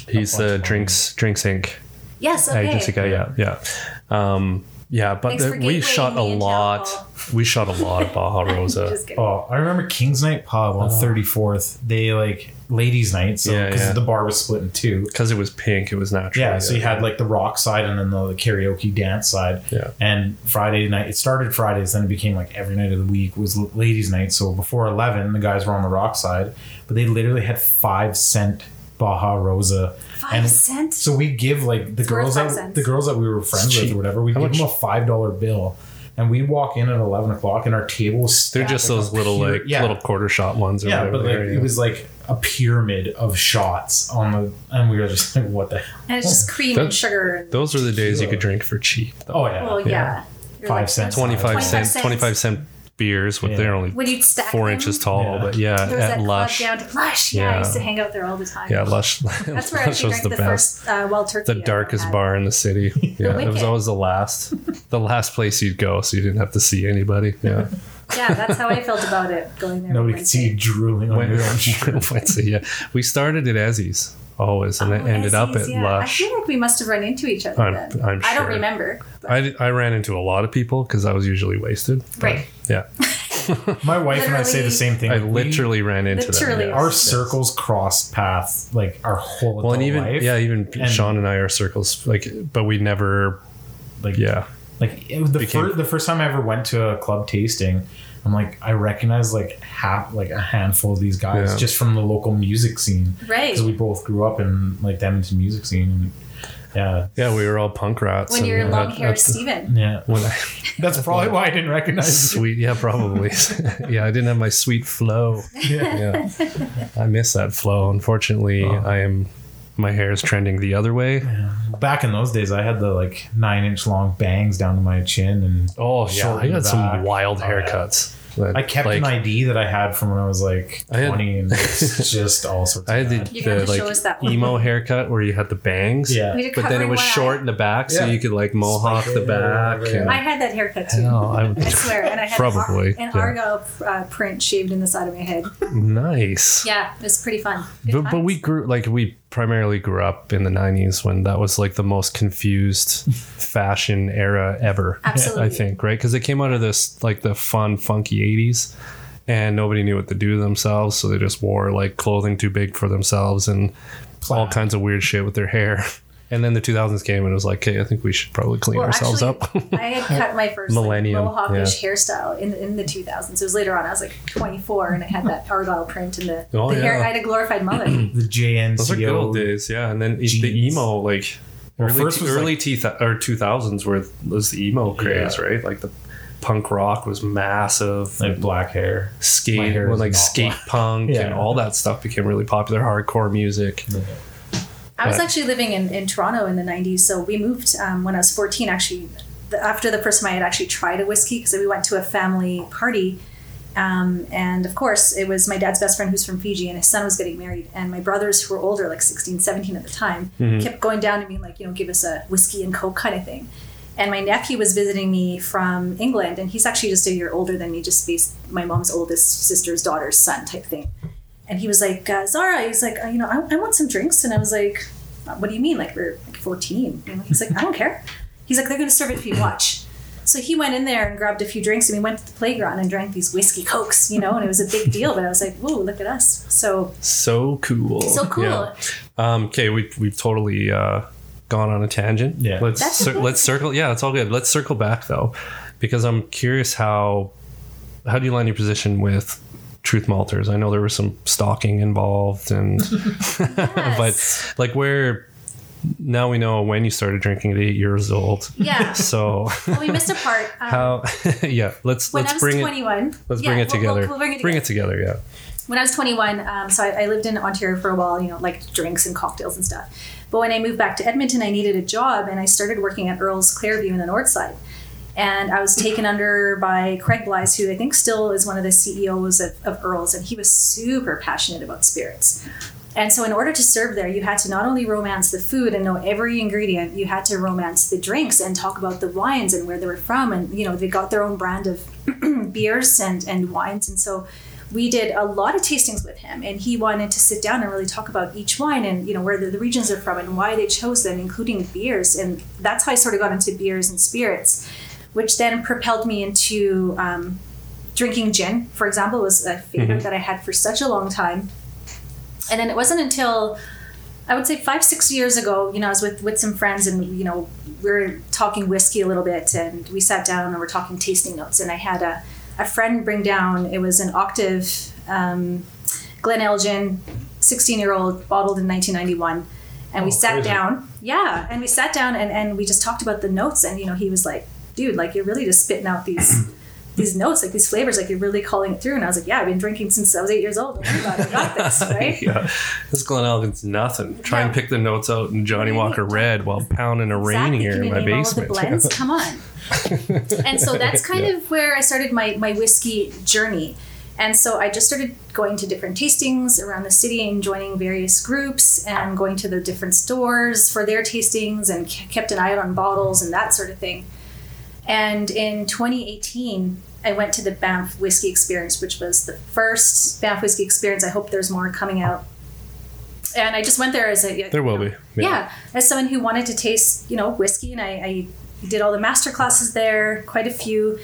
S3: he's
S4: bunch
S3: the
S4: of
S3: drinks drinks Inc.
S5: yes. Okay.
S3: agency guy. Yeah, yeah, um, yeah. But
S5: Thanks
S3: the,
S5: for
S3: we
S5: gatewaying
S3: shot a
S5: me into
S3: lot.
S5: alcohol.
S3: We shot a lot of Baja Rosa.
S5: Just kidding.
S4: Oh, I remember King's Night Pub on Thirty Fourth. They like ladies' night, so
S3: Oh. Yeah,
S4: because
S3: yeah.
S4: the bar was split in two.
S3: because it was pink, it was natural.
S4: Yeah, so you had like the rock side and then the, the karaoke dance side.
S3: Yeah.
S4: And Friday night, it started Fridays, then it became like every night of the week was l- ladies' night. So before 11, the guys were on the rock side, but they literally had five cent Baja Rosa.
S5: Five cent?
S4: So we'd give like the
S5: It's worth
S4: girls
S5: five
S4: that
S5: cents.
S4: the girls that we were friends with
S3: cheap.
S4: or whatever, we'd
S3: How
S4: give
S3: much?
S4: them a five dollar bill. And we'd walk in at eleven o'clock, and our table was
S3: they're
S4: stacked
S3: just
S4: like a
S3: those little
S4: pyra-
S3: like
S4: yeah.
S3: little quarter shot ones. Or
S4: yeah,
S3: whatever
S4: but
S3: they
S4: like
S3: are,
S4: it was like a pyramid of shots on the, and we were just like, what the hell?
S5: and it's just cream and
S3: That-
S5: sugar. And,
S3: Those were the days you could drink for cheap.
S4: Oh yeah,
S5: well, yeah. You're
S4: Five
S5: like-
S4: cents.
S3: Twenty five
S5: 25
S3: cent,
S5: cents.
S3: twenty five cent beers with
S4: Yeah.
S3: they're only
S5: When you'd stack
S3: four
S5: them,
S3: inches tall,
S4: Yeah.
S3: but yeah,
S5: There was
S3: at
S5: that
S3: Lush,
S5: club down to Lush. Yeah, I
S3: Yeah.
S5: used to hang out there all the time.
S3: yeah, Lush.
S5: That's where I
S3: Lush
S5: actually
S3: was
S5: drank
S3: the
S5: the,
S3: best.
S5: first uh, wild turkey.
S3: The
S5: I ever
S3: darkest
S5: had.
S3: bar in the city. Yeah, it was
S5: Wicked.
S3: always the last, the last place you'd go, so you didn't have to see anybody. Yeah,
S5: Yeah, that's how I felt about it going there.
S4: Nobody
S5: on
S4: could see you
S5: Wednesday.
S4: drooling on your own shirt.
S3: Wednesday, yeah. We started at Ezzy's always, and
S5: Oh,
S3: it ended up
S5: Essie's,
S3: at
S5: yeah.
S3: Lush.
S5: I feel like we must have run into each other
S3: I'm-
S5: then.
S3: I'm
S5: I don't
S3: sure.
S5: remember.
S3: I, I ran into a lot of people because I was usually wasted. but
S5: Right.
S3: Yeah.
S4: My wife and I say the same thing.
S3: I
S4: Like, we-
S3: literally ran into
S5: Literally.
S3: them. yeah.
S4: our circles crossed paths like our whole
S3: Well, and
S4: adult
S3: even
S4: life.
S3: yeah, even
S4: And-
S3: Sean and I are circles like, but we never
S4: like
S3: yeah.
S4: like it was the
S3: Became-
S4: first the first time I ever went to a club tasting. I'm like I recognize like half like a handful of these guys
S3: Yeah.
S4: just from the local music scene
S5: Right.
S4: because we both grew up in like the Edmonton music scene. And, yeah,
S3: Yeah, we were all punk rats.
S5: When
S3: and
S5: you're
S3: at-
S5: long
S3: at
S5: haired
S3: the-
S5: Steven.
S4: yeah,
S3: When I,
S4: that's probably why I didn't recognize.
S3: sweet, yeah, probably. yeah, I didn't have my sweet flow.
S4: Yeah.
S3: Yeah, I miss that flow. Unfortunately, I am My hair is trending the other way.
S4: Back in those days, I had the like nine inch long bangs down to my chin, and
S3: Oh yeah,
S4: Short
S3: I got some
S4: back.
S3: wild
S4: Oh, yeah.
S3: haircuts. that,
S4: I kept an
S3: like,
S4: ID that I had from when I was like
S3: I had-
S4: twenty, and it's just all sorts.
S3: I
S4: of
S3: had the,
S4: bad.
S5: You're gonna
S3: the
S5: have to show us that
S3: like
S5: one.
S3: emo haircut where you had the bangs,
S4: yeah.
S5: We did
S3: but then it
S5: covering
S3: was
S5: one eye.
S3: short in the back, so
S4: Yeah.
S3: you could like mohawk
S4: Spike
S3: the
S4: it or
S3: back.
S4: whatever,
S3: and-
S5: I had that haircut too.
S3: Hell, I
S5: I
S3: would,
S5: swear, and I had
S3: Probably,
S5: an,
S3: yeah.
S5: Ar- an Argo uh, print shaved in the side of my head.
S3: nice.
S5: Yeah, it was pretty fun. Good
S3: But, but
S5: times.
S3: we grew like we primarily grew up in the 90s when that was like the most confused fashion era ever
S5: Absolutely.
S3: i think right because it came out of this like the fun funky 80s and nobody knew what to do to themselves so they just wore like clothing too big for themselves and all
S4: Plaid.
S3: kinds of weird shit with their hair and then the 2000s came and it was like hey i think we should probably clean
S5: Well,
S3: ourselves
S5: actually,
S3: up
S5: I had cut my first
S3: Millennium,
S5: like, mohawkish hairstyle in in the 2000s. It was later on. I was like 24, and I had that Argyle print and the,
S3: Oh,
S5: the hair.
S3: yeah.
S5: I had a glorified mullet.
S4: the JNCO.
S3: those are good old days yeah and then e- the
S4: Jeans.
S3: emo like
S4: Well,
S3: early
S4: first
S3: t-
S4: was,
S3: early t- or 2000s where was the emo craze right like the punk rock was massive
S4: like black hair. my
S3: skate
S4: hair
S3: well,
S4: is
S3: like
S4: not
S3: skate
S4: black.
S3: punk and
S4: Yeah.
S3: all that stuff became really popular hardcore music
S5: I was
S3: Right.
S5: actually living in, in Toronto in the 90s, so we moved um, when I was 14. Actually, the, after the first time I had actually tried a whiskey, because we went to a family party. Um, and of course, it was my dad's best friend who's from Fiji, and his son was getting married. And my brothers, who were older, like 16, 17 at the time, kept going down to me, like, you know, give us a whiskey and coke kind of thing. And my nephew was visiting me from England, and he's actually just a year older than me, just based my mom's oldest sister's daughter's son type thing. And he was like, uh, Zara, he's like, uh, you know, I, I want some drinks. And I was like, what do you mean? Like, we're like 14. You know, he's like, I don't care. He's like, they're going to serve it if you watch. So he went in there and grabbed a few drinks and we went to the playground and drank these whiskey cokes, you know, and it was a big deal. But I was like, whoa, look at us. So,
S3: so cool
S5: so cool.
S3: Oh, yeah. um okay we, we've totally uh gone on a tangent
S4: Yeah.
S3: let's
S5: That's
S3: cir-
S5: okay.
S3: let's circle yeah it's all good let's circle back though because i'm curious how how do you line your position with truth malters i know there was some stalking involved and
S5: Yes.
S3: but like where now we know when you started drinking at eight years old
S5: yeah.
S3: so
S5: Well, we missed a part. Um,
S3: how yeah let's
S5: when I
S3: let's
S5: was
S3: bring it
S5: 21,
S3: Let's
S5: yeah,
S3: bring it
S5: we'll- we'll-
S3: together.
S5: we'll bring it
S3: Bring
S5: together.
S3: it together, yeah.
S5: when I was 21, um, so I, I lived in Ontario for a while, you know, like drinks and cocktails and stuff. But when I moved back to Edmonton, I needed a job and I started working at Earl's Clairview in the North Side. And I was taken under by Craig Blythe, who I think still is one of the CEOs of, of Earl's, and he was super passionate about spirits. And so, in order to serve there, you had to not only romance the food and know every ingredient, you had to romance the drinks and talk about the wines and where they were from. And, you know, they got their own brand of beers and, and wines. And so, we did a lot of tastings with him and he wanted to sit down and really talk about each wine and you know where the, the regions are from and why they chose them including beers and that's how i sort of got into beers and spirits which then propelled me into um, drinking gin for example was a favorite that i had for such a long time and then it wasn't until I would say five, six years ago, you know, I was with, with some friends and, you know, we were talking whiskey a little bit and we sat down and we're talking tasting notes. And I had a, a friend bring down, it was an octave um, Glen Elgin, 16 year old, bottled in 1991. And we sat down. Yeah. And we sat down and, and we just talked about the notes. And, you know, he was like, dude, like, you're really just spitting out these. These notes, like these flavors, like you're really calling it through. And I was like, Yeah, I've been drinking since I was eight years old. Don't worry about it. I got this, right?
S3: Yeah. This Glenelgan's nothing. Try and
S5: Yeah.
S3: pick the notes out in Johnny
S5: Right.
S3: Walker Red while pounding a rain
S5: Exactly.
S3: here
S5: Can
S3: in
S5: you
S3: my
S5: name
S3: basement.
S5: All of the blends? Come on. and so that's kind of where I started my, my whiskey journey. And so I just started going to different tastings around the city and joining various groups and going to the different stores for their tastings and ke- kept an eye out on bottles and that sort of thing. And in 2018, I went to the Banff Whiskey Experience, which was the first Banff Whiskey Experience. I hope there's more coming out. And I just went there as a
S3: There will be.
S5: yeah. as someone who wanted to taste you know whiskey and i, I did all the master classes there quite a few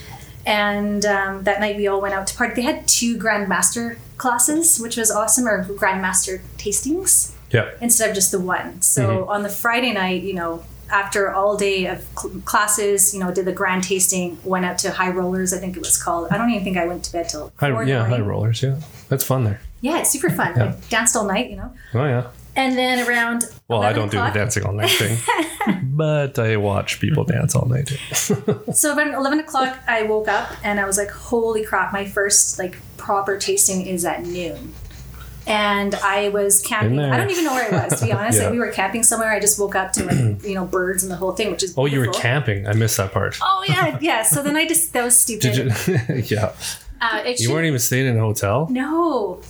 S5: and um, that night we all went out to party they had two grand master classes which was awesome or grand master tastings
S3: Yeah.
S5: instead of just the one so
S3: Mm-hmm.
S5: on the friday night you know after all day of cl- classes you know did the grand tasting went out to high rollers i think it was called i don't even think i went to bed till four
S3: High,
S5: in the
S3: yeah, high
S5: morning.
S3: rollers, yeah. That's fun there.
S5: yeah it's super fun I danced all night you know
S3: Oh yeah.
S5: and then around
S3: Well, I
S5: 11
S3: don't do the
S5: o'clock-
S3: dancing all night thing. but I watch people dance all night.
S5: so about 11 o'clock i woke up and i was like holy crap my first like proper tasting is at noon and I was camping.
S3: there.
S5: I don't even know where I was to be honest.
S3: Yeah.
S5: Like, we were camping somewhere. I just woke up to like you know birds and the whole thing, which is
S3: Oh, you were
S5: beautiful.
S3: camping. I missed that part.
S5: Oh yeah, yeah. So then I just that was stupid.
S3: Did you? yeah.
S5: uh, it
S3: You
S5: should-
S3: weren't even staying in a hotel.
S5: No.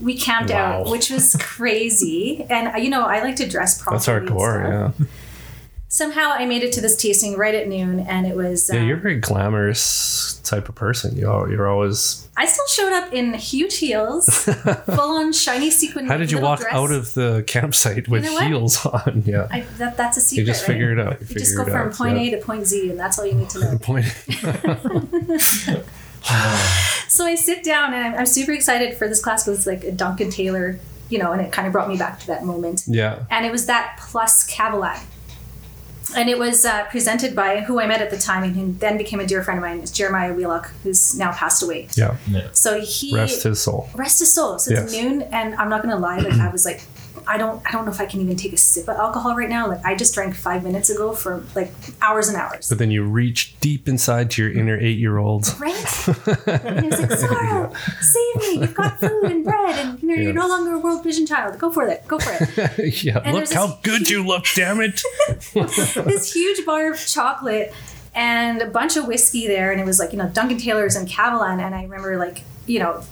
S5: We camped out,
S3: Wow.
S5: which was crazy. and uh, you know, I like to dress properly.
S3: That's
S5: and stuff.
S3: hardcore. Yeah.
S5: Somehow I made it to this tasting right at noon and it was
S3: Yeah.
S5: um,
S3: You're a very glamorous type of person. You are, you're always.
S5: I still showed up in huge heels, full on shiny sequin.
S3: How did you
S5: little
S3: walk
S5: dress.
S3: out of the campsite with
S5: know what?
S3: heels on? Yeah.
S5: I, that, that's a
S3: You
S5: secret.
S3: just
S5: right?
S3: figure it out.
S5: You just go from point A to point Z, and that's all you need to know.
S3: Point.
S5: So I sit down, and I'm, I'm super excited for this class because it's like a Duncan Taylor, you know, and it kind of brought me back to that moment.
S3: Yeah.
S5: and it was that plus Cadillac. And it was uh, presented by who I met at the time and who then became a dear friend of mine, is Jeremiah Wheelock, who's now passed away.
S3: Yeah.
S5: So he
S3: Rest his soul.
S5: rest his soul. So
S3: Yes.
S5: it's noon and I'm not gonna lie, like I was like, I don't I don't know if I can even take a sip of alcohol right now. Like I just drank five minutes ago for like hours and hours.
S3: But then you reach deep inside to your inner eight-year-old.
S5: Right? and he was like, Sorrow, save me. You've got food and bread and you know, you're no
S3: Yes.
S5: longer a world vision child. Go for it. Go for it.
S3: yeah.
S5: And
S3: look
S5: there's
S3: how
S5: this
S3: good you look. Damn it.
S5: this huge bar of chocolate and a bunch of whiskey there and it was like you know duncan taylor's and cavalan and i remember like you know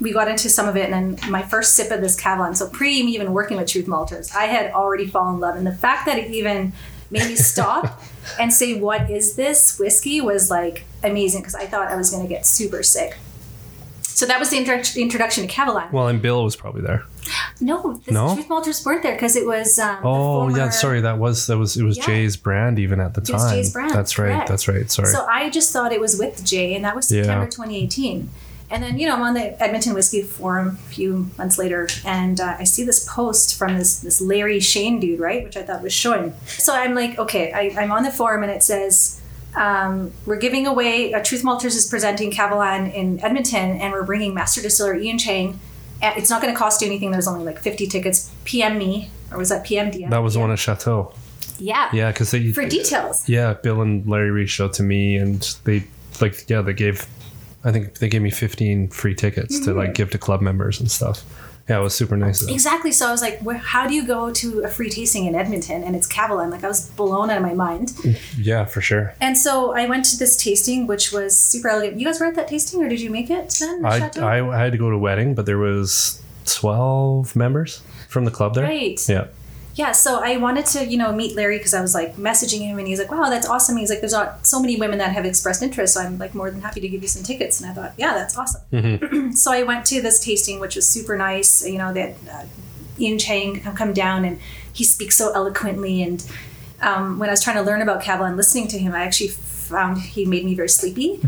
S5: we got into some of it and then my first sip of this cavalan so pre me even working with truth malters i had already fallen in love and the fact that it even made me stop and say what is this whiskey was like amazing because i thought i was going to get super sick so that was the introduc- introduction to cavalan
S3: Well, and Bill was probably there.
S5: no the
S3: No?
S5: truth malters weren't there because it was um, the
S3: Oh yeah,
S5: former-
S3: sorry. That was that was it was
S5: Yeah.
S3: Jay's brand even at the
S5: was
S3: time.
S5: Jay's brand,
S3: That's right.
S5: correct.
S3: That's right. Sorry.
S5: So I just thought it was with Jay, and that was
S3: Yeah.
S5: September 2018. And then, you know, I'm on the Edmonton Whiskey Forum a few months later, and uh, I see this post from this, this Larry Shane dude, right? Which I thought was Shane. So I'm like, okay, I, I'm on the forum, and it says, um, we're giving away, uh, Truth Malters is presenting Cavalan in Edmonton, and we're bringing Master Distiller Ian Chang. And It's not going to cost you anything. There's only like 50 tickets. PM me, or was that PM DM?
S3: that was the one at Chateau.
S5: Yeah.
S3: Yeah, because they
S5: For details.
S3: yeah, Bill and Larry reached out to me, and they like yeah, they gave. I think they gave me 15 free tickets to
S5: Mm-hmm.
S3: like give to club members and stuff. Yeah, it was super nice. of them.
S5: Exactly. So I was like, where, how do you go to a free tasting in Edmonton? And it's Cavalan. Like I was blown out of my mind.
S3: Yeah, for sure.
S5: And so I went to this tasting, which was super elegant. You guys were at that tasting or did you make it then? the
S3: I,
S5: Chateau?
S3: I I had to go to a wedding, but there was 12 members from the club there.
S5: Right.
S3: Yeah.
S5: Yeah, so I wanted to, you know, meet Larry because I was like messaging him and he's like, wow, that's awesome. He's like, there's not so many women that have expressed interest. So I'm like more than happy to give you some tickets. And I thought, yeah, that's awesome. so I went to this tasting, which was super nice. You know, that uh, Ian Chang come- come down and he speaks so eloquently. And um, when I was trying to learn about Kabbalah and listening to him, I actually found he made me very sleepy.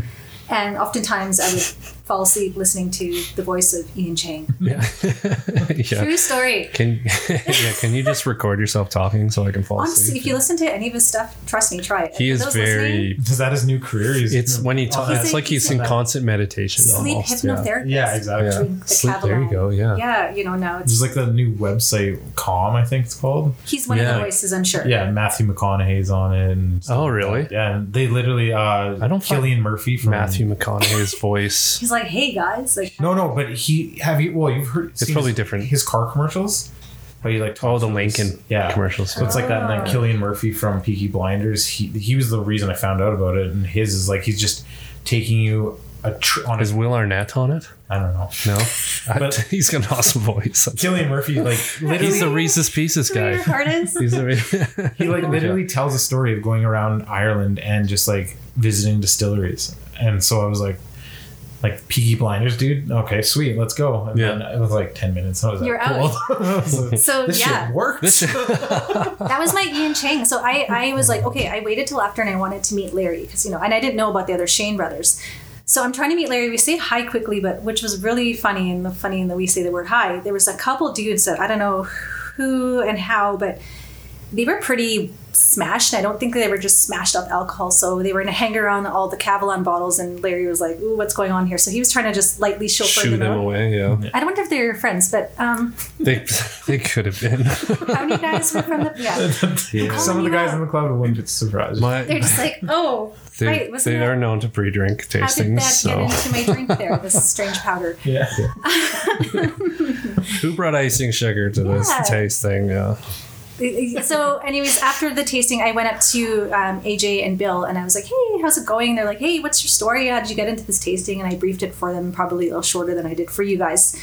S5: And oftentimes I would fall asleep listening to the voice of Ian Chang.
S3: Yeah. yeah.
S5: Mm-hmm. True story.
S3: Can yeah, can you just record yourself talking so I can fall asleep?
S5: Honestly, if you listen to any of his stuff, trust me, try it.
S3: he
S5: For
S3: is
S5: those listening,
S3: very.
S4: Is that his new career? He's-
S3: It's when he talks.
S5: He's
S3: It's
S5: a-
S3: like he's
S5: he's
S3: in
S5: a-
S3: constant meditation.
S5: sleep
S3: almost, yeah.
S5: hypnotherapist.
S4: yeah, exactly.
S3: Yeah.
S5: The
S3: Sleep. There you go.
S5: Kabbalah.
S3: Yeah.
S5: Yeah, you know, now it's
S4: There's like the new website, Calm, I think it's called.
S5: he's one of
S3: Yeah.
S5: the voices, I'm sure.
S4: Yeah, Matthew McConaughey's on it. And stuff
S3: Oh,
S4: like
S3: really?
S4: that. Yeah, and they literally. Uh,
S3: I don't find-
S4: Killian Murphy from
S3: Matthew McConaughey's voice.
S5: He's like, hey guys, like
S4: No, no, but he have you? Well, you've heard. It's
S3: probably
S4: his,
S3: different.
S4: His car commercials. But he like
S3: Oh, the
S4: talks about his-
S3: Lincoln
S4: yeah
S3: commercials.
S4: So it's like that, and
S5: Ah.
S4: then Killian Murphy from Peaky Blinders. He he was the reason I found out about it, and his is like he's just taking you a tr- on
S3: Is
S4: his.
S3: Will Arnett on it?
S4: I don't know.
S3: No.
S4: But-
S3: he's got an awesome voice. That's-
S4: Killian Murphy like
S3: He's
S4: literally
S3: the Reese's Pieces
S5: where
S3: guy.
S5: your heart is.
S3: He's
S4: he
S3: the.
S4: like literally tells a story of going around Ireland and just like visiting distilleries, and so I was like. Like Peaky Blinders, dude. Okay, sweet, let's go. And
S3: Yeah.
S4: then it was like ten minutes. I was like,
S5: You're
S4: cool. I was like,
S5: So
S4: this
S5: yeah,
S4: shit works.
S3: This
S5: that was my Ian Chang. So I, I was like, okay, I waited till after and I wanted to meet Larry because you know, and I didn't know about the other Shane brothers. So I'm trying to meet Larry. We say hi quickly, but which was really funny and the funny in that we say the word hi. There was a couple dudes that I don't know who and how, but they were pretty smashed. I don't think they were just smashed up alcohol. So they were in a hanger on all the Cavalon bottles, and Larry was like, "Ooh, what's going on here?" So he was trying to just lightly chauffeur
S3: Shoo
S5: them,
S3: them
S5: out.
S3: away. Yeah,
S5: I wonder if they were friends, but um,
S3: they they could have been.
S5: how many guys were from the? Yeah,
S3: Yeah.
S4: Some of the
S5: Yeah.
S4: guys in the club wouldn't be surprised.
S3: My,
S5: they're just like, "Oh,
S3: they
S5: right, wasn't
S3: they
S5: that-
S3: are known to pre-drink
S5: how did
S3: tastings.
S5: that get
S3: So
S5: into my drink there? This strange powder."
S4: yeah.
S3: who brought icing sugar to this
S5: Yeah.
S3: tasting? Yeah.
S5: so anyways after the tasting i went up to um, aj and bill and i was like hey how's it going they're like hey what's your story how did you get into this tasting and i briefed it for them probably a little shorter than i did for you guys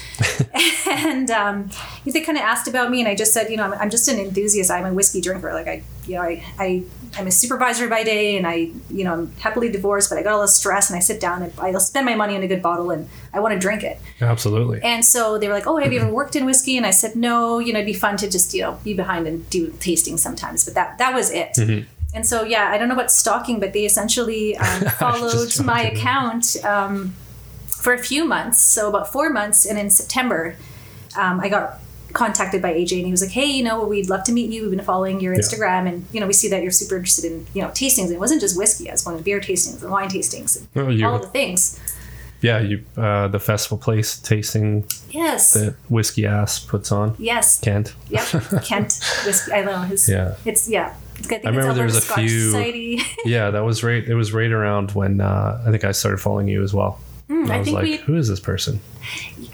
S5: and um, they kind of asked about me and i just said you know I'm, I'm just an enthusiast i'm a whiskey drinker like i you know i, I I'm a supervisor by day, and I, you know, I'm happily divorced, but I got all this stress, and I sit down and I'll spend my money on a good bottle, and I want to drink it.
S3: Absolutely.
S5: And so they were like, "Oh, have you
S3: Mm-hmm.
S5: ever worked in whiskey?" And I said, "No, you know, it'd be fun to just you know be behind and do tasting sometimes." But that that was it.
S3: Mm-hmm.
S5: And so yeah, I don't know about stalking, but they essentially um, followed my account um, for a few months, so about four months, and in September, um, I got contacted by AJ and he was like, "Hey, you know, we'd love to meet you. We've been following your Instagram, and you know, we see that you're super interested in you know tastings. And it wasn't just whiskey; I was going to beer tastings and wine tastings, and
S3: Well, you-
S5: all the things.
S3: Yeah, you uh, the festival place tasting
S5: Yes,
S3: that whiskey ass puts on.
S5: yes,
S3: Kent.
S5: Yep, Kent whiskey. I don't know his.
S3: Yeah.
S5: It's yeah. It's good. I, think
S3: I remember
S5: it's
S3: there was
S5: Alberta
S3: a
S5: Scotch
S3: few-
S5: Society.
S3: Yeah, that was right. It was right around when uh, I think I started following you as well. And I,
S5: Hmm, I
S3: was
S5: think
S3: like,
S5: we-
S3: who is this person?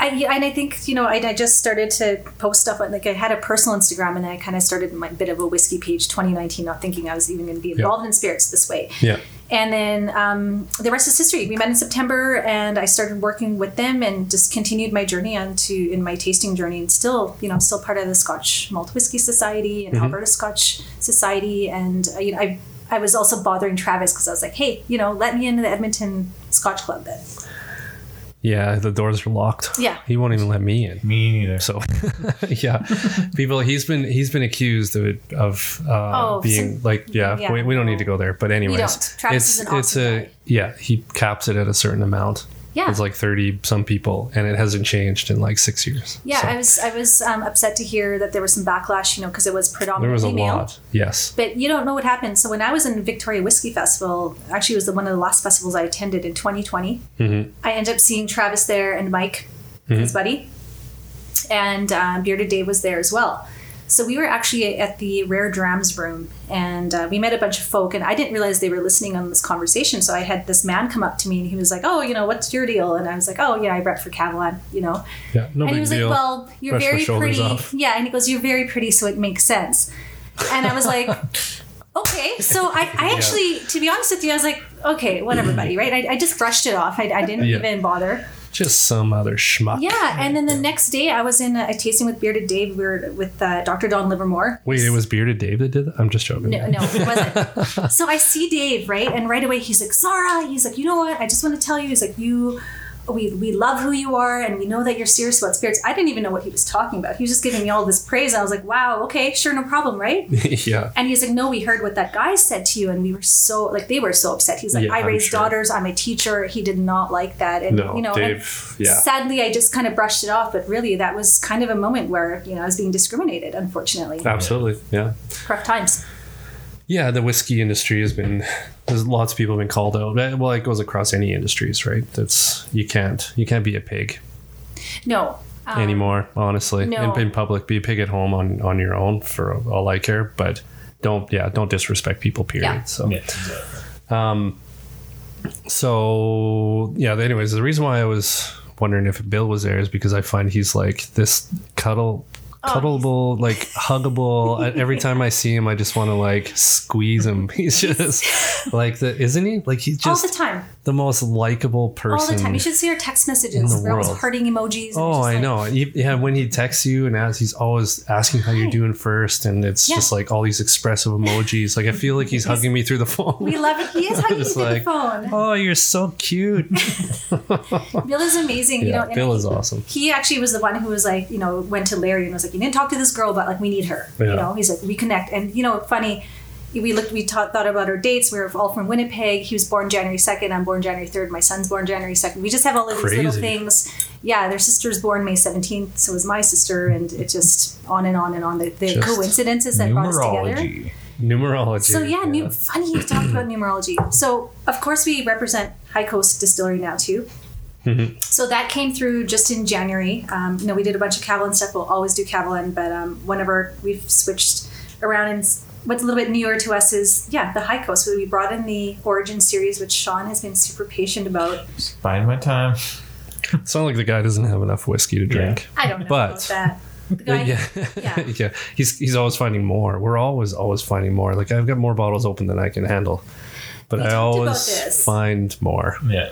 S5: I, and I think you know I, I just started to post stuff on like I had a personal Instagram and I kind of started my bit of a whiskey page 2019, not thinking I was even going to be involved in spirits this way.
S3: Yeah.
S5: And then um, the rest is history. We met in September, and I started working with them, and just continued my journey on to in my tasting journey, and still, you know, I'm still part of the Scotch Malt Whiskey Society
S3: Mm-hmm.
S5: and Alberta Scotch Society, and uh, you know, I I was also bothering Travis because I was like, hey, you know, let me into the Edmonton Scotch Club then.
S3: Yeah, the doors are locked.
S5: Yeah.
S3: He won't even let me in.
S4: Me neither.
S3: So yeah. People he's been he's been accused of of uh,
S5: Oh,
S3: being
S5: some-
S3: like yeah,
S5: yeah,
S3: we, we don't
S5: no.
S3: need to go there. But anyways,
S5: don't. Travis is
S3: it's
S5: an
S3: it's
S5: awesome
S3: a
S5: guy.
S3: yeah, he caps it at a certain amount.
S5: Yeah.
S3: It's like 30 some people and it hasn't changed in like 6 years.
S5: Yeah,
S3: So,
S5: I was I was um, upset to hear that there was some backlash, you know, because it was predominantly
S3: there was a
S5: male.
S3: lot. Yes.
S5: But you don't know what happened. So when I was in Victoria Whiskey Festival, actually it was the, one of the last festivals I attended in 2020.
S3: Mm-hmm.
S5: I ended up seeing Travis there and Mike, his buddy, and um, Bearded Dave was there as well. So we were actually at the Rare Drams room, and uh, we met a bunch of folk, and I didn't realize they were listening on this conversation. So I had this man come up to me, and he was like, "Oh, you know, what's your deal?" And I was like, "Oh, yeah, I rep for Cavalon, you know."
S3: Yeah, no
S5: and
S3: big
S5: he was
S3: deal.
S5: like, "Well, you're
S3: Brush my
S5: very
S3: shoulders
S5: pretty."
S3: off.
S5: Yeah, and he goes, "You're very pretty, so it makes sense." And I was like, "Okay." So I, I actually, to be honest with you, I was like, "Okay, whatever, buddy." Right? I, I just brushed it off. I, I didn't
S3: Yeah.
S5: even bother.
S3: Just some other schmuck.
S5: Yeah. And then the next day, I was in a, a tasting with Bearded Dave. We were with uh, Dr. Don Livermore.
S3: Wait, it was Bearded Dave that did that? I'm just joking.
S5: No, no, it wasn't. so I see Dave, right? And right away he's like, Sarah, he's like, you know what? I just want to tell you, he's like, you we, we love who you are and we know that you're serious about spirits. I didn't even know what he was talking about. He was just giving me all this praise. I was like, wow, okay, sure, no problem, right?
S3: yeah.
S5: And he's like, no, we heard what that guy said to you, and we were so like they were so upset. He's like,
S3: Yeah,
S5: I
S3: I'm
S5: raised
S3: sure.
S5: daughters. I'm a teacher. He did not like that, and
S3: No,
S5: you know, and
S3: Dave, yeah.
S5: Sadly, I just kind of brushed it off. But really, that was kind of a moment where you know I was being discriminated, unfortunately,
S3: Uh, Absolutely. Yeah.
S5: rough times.
S3: Yeah, the whiskey industry has been there's lots of people have been called out. Eh, Well, it goes across any industries, right? That's you can't you can't be a pig
S5: No, um,
S3: anymore, honestly.
S5: no.
S3: In, in public, be a pig at home on on your own for all I care, but don't yeah, don't disrespect people period.
S5: Yeah.
S3: So Um,
S4: Yeah, exactly.
S3: So yeah, anyways, the reason why I was wondering if Bill was there is because I find he's like this cuddle
S5: Oh,
S3: cuddleable, like huggable. I- Every time I see him, I just want to like squeeze him. He's just like the isn't he? Like he's
S5: all
S3: just
S5: the time,
S3: the most likable
S5: all
S3: person.
S5: the time. You should see our text messages.
S3: in the
S5: We're always
S3: world.
S5: hearting emojis. and it's
S3: Oh,
S5: just
S3: I
S5: like-
S3: know. He- yeah, when he texts you and asks, he's always asking how you're doing first, and it's
S5: Yeah.
S3: just like all these expressive emojis. Like I feel like he's hugging me through the phone.
S5: We love it. He is hugging you
S3: It's
S5: through
S3: like,
S5: the phone.
S3: oh, you're so cute.
S5: Bill is amazing. you know,
S3: oh. yeah,
S5: and
S3: Bill
S5: I-
S3: is awesome.
S5: he actually was the one who was like, you know, went to Larry and was like, you didn't talk to this girl, but like, we need her. You
S3: Yeah.
S5: know, he's like, we connect. And, you know, funny, we looked, we taught, thought about our dates. We were all from Winnipeg. He was born January 2nd. I'm born January 3rd. My son's born January 2nd. We just have all of these little
S3: Crazy.
S5: things. yeah, their sister's born May 17th, so is my sister, and it just on and on and on. The, the
S3: Just
S5: coincidences that brought us together.
S4: Numerology.
S3: Numerology.
S5: So yeah, nu- funny you talked about numerology. So of course we represent High Coast Distillery now too.
S3: Mm-hmm.
S5: So that came through just in January. Um, you know, we did a bunch of Cavalin stuff. We'll always do Cavalin, but um, whenever we've switched around and s- what's a little bit newer to us is yeah, the High Coast. We brought in the Origin series, which Sean has been super patient about.
S4: Biding my time.
S3: Sound like the guy doesn't have enough whiskey to drink.
S5: I don't know
S3: But-
S5: about that. The guy,
S3: But Yeah.
S5: Yeah.
S3: yeah. He's he's always finding more. We're always always finding more. Like I've got more bottles open than I can handle. But I
S5: talked about
S3: always
S5: this.
S3: find more.
S4: Yeah.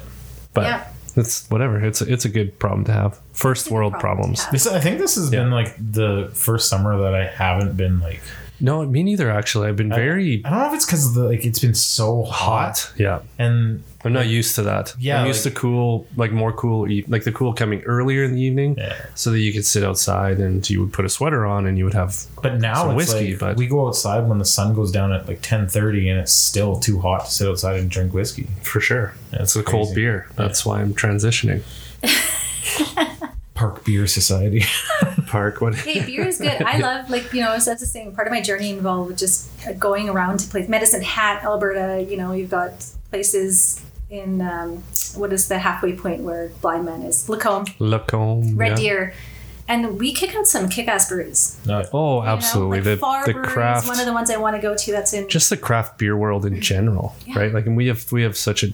S3: But
S5: Yeah.
S3: it's whatever. It's a, it's a good problem to have. First
S5: good
S3: world
S5: problem
S3: problems.
S5: to have.
S4: This I think this has been like the first summer that I haven't been like
S3: No, me neither actually. I've been very
S4: I don't know if it's because the like it's been so hot
S3: hot. Yeah.
S4: and
S3: I'm not used to that.
S4: Yeah,
S3: I'm used
S4: like-
S3: to cool, like more cool, e- like the cool coming earlier in the evening,
S4: Yeah.
S3: so that you could sit outside and you would put a sweater on and you would have.
S4: but now
S3: Some
S4: it's
S3: whiskey,
S4: like
S3: but-
S4: we go outside when the sun goes down at like ten thirty and it's still too hot to sit outside and drink whiskey.
S3: For sure, it's
S4: That's
S3: a cold
S4: crazy.
S3: beer. That's why I'm transitioning.
S4: Park Beer Society.
S3: Park, what?
S5: Hey, beer is good. I love, like, you know, so that's the thing. Part of my journey involved with just uh, going around to places. Medicine Hat, Alberta, you know, you've got places in, um, what is the halfway point where Blind Man is? Lacombe,
S3: Lacombe,
S5: Red
S3: yeah.
S5: Deer. And we kick out some kick ass breweries.
S4: no,
S3: Oh,
S5: you know?
S3: absolutely.
S5: Like Farr
S3: the the
S5: Brewery is
S3: craft,
S5: one of the ones I want to go to that's in.
S3: just the craft beer world in general,
S5: Yeah.
S3: right? Like, and we have we have such a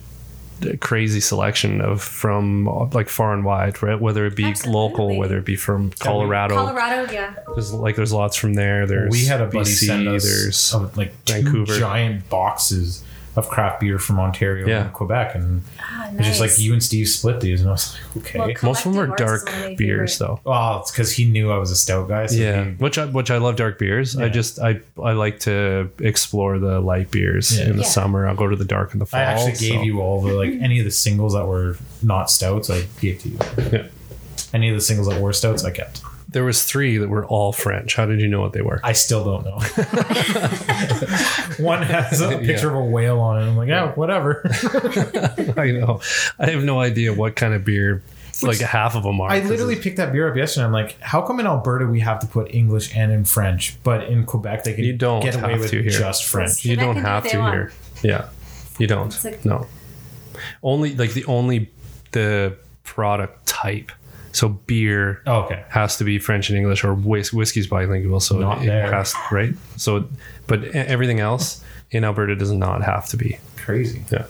S3: a crazy selection of from uh, like far and wide, right? Whether it be
S5: Absolutely.
S3: local, whether it be from Colorado,
S5: Colorado, yeah.
S3: There's like there's lots from there. There's
S4: we had a buddy
S3: BC,
S4: send us
S3: there's
S4: of, like two
S3: Vancouver.
S4: giant boxes of craft beer from Ontario
S3: Yeah.
S4: and Quebec, and
S5: Ah,
S4: it's
S5: nice.
S4: just like you and Steve split these, and I was like, okay.
S5: Well,
S4: Well,
S3: eh? most of them are
S5: Collective Arts is
S3: dark
S5: one of my
S3: beers
S5: favorite.
S3: though.
S4: it's because he knew I was a stout guy. So
S3: Yeah,
S4: he-
S3: which I, which I love dark beers. I
S4: Yeah.
S3: just I I like to explore the light beers
S4: Yeah.
S3: in the
S5: Yeah.
S3: summer. I'll go to the dark in the fall.
S4: I actually gave
S3: so-
S4: you all the like any of the singles that were not stouts. I gave to you.
S3: Yeah.
S4: Any of the singles that were stouts, I kept.
S3: There was three that were all French. How did you know what they were?
S4: I still don't know. One has a picture of a whale on it. I'm like, oh, whatever.
S3: I know. I have no idea what kind of beer. like half of them are.
S4: I
S3: 'cause
S4: literally picked that beer up yesterday. I'm like, how come in Alberta we have to put English and in French, but in Quebec they can
S3: You don't
S4: get away
S3: have
S4: with
S3: to here.
S4: just French?
S3: it's- you
S5: Quebec
S3: don't
S5: can do
S3: have
S5: what
S3: to
S5: they
S3: here. Yeah, you don't.
S5: like-
S3: no. Only like the only the product type. So beer
S4: Oh, okay.
S3: has to be French and English, or whis- whiskey's bilingual, so
S4: Not
S3: it
S4: there.
S3: has right. So, but e- everything else in Alberta does not have to be.
S4: Crazy.
S3: Yeah.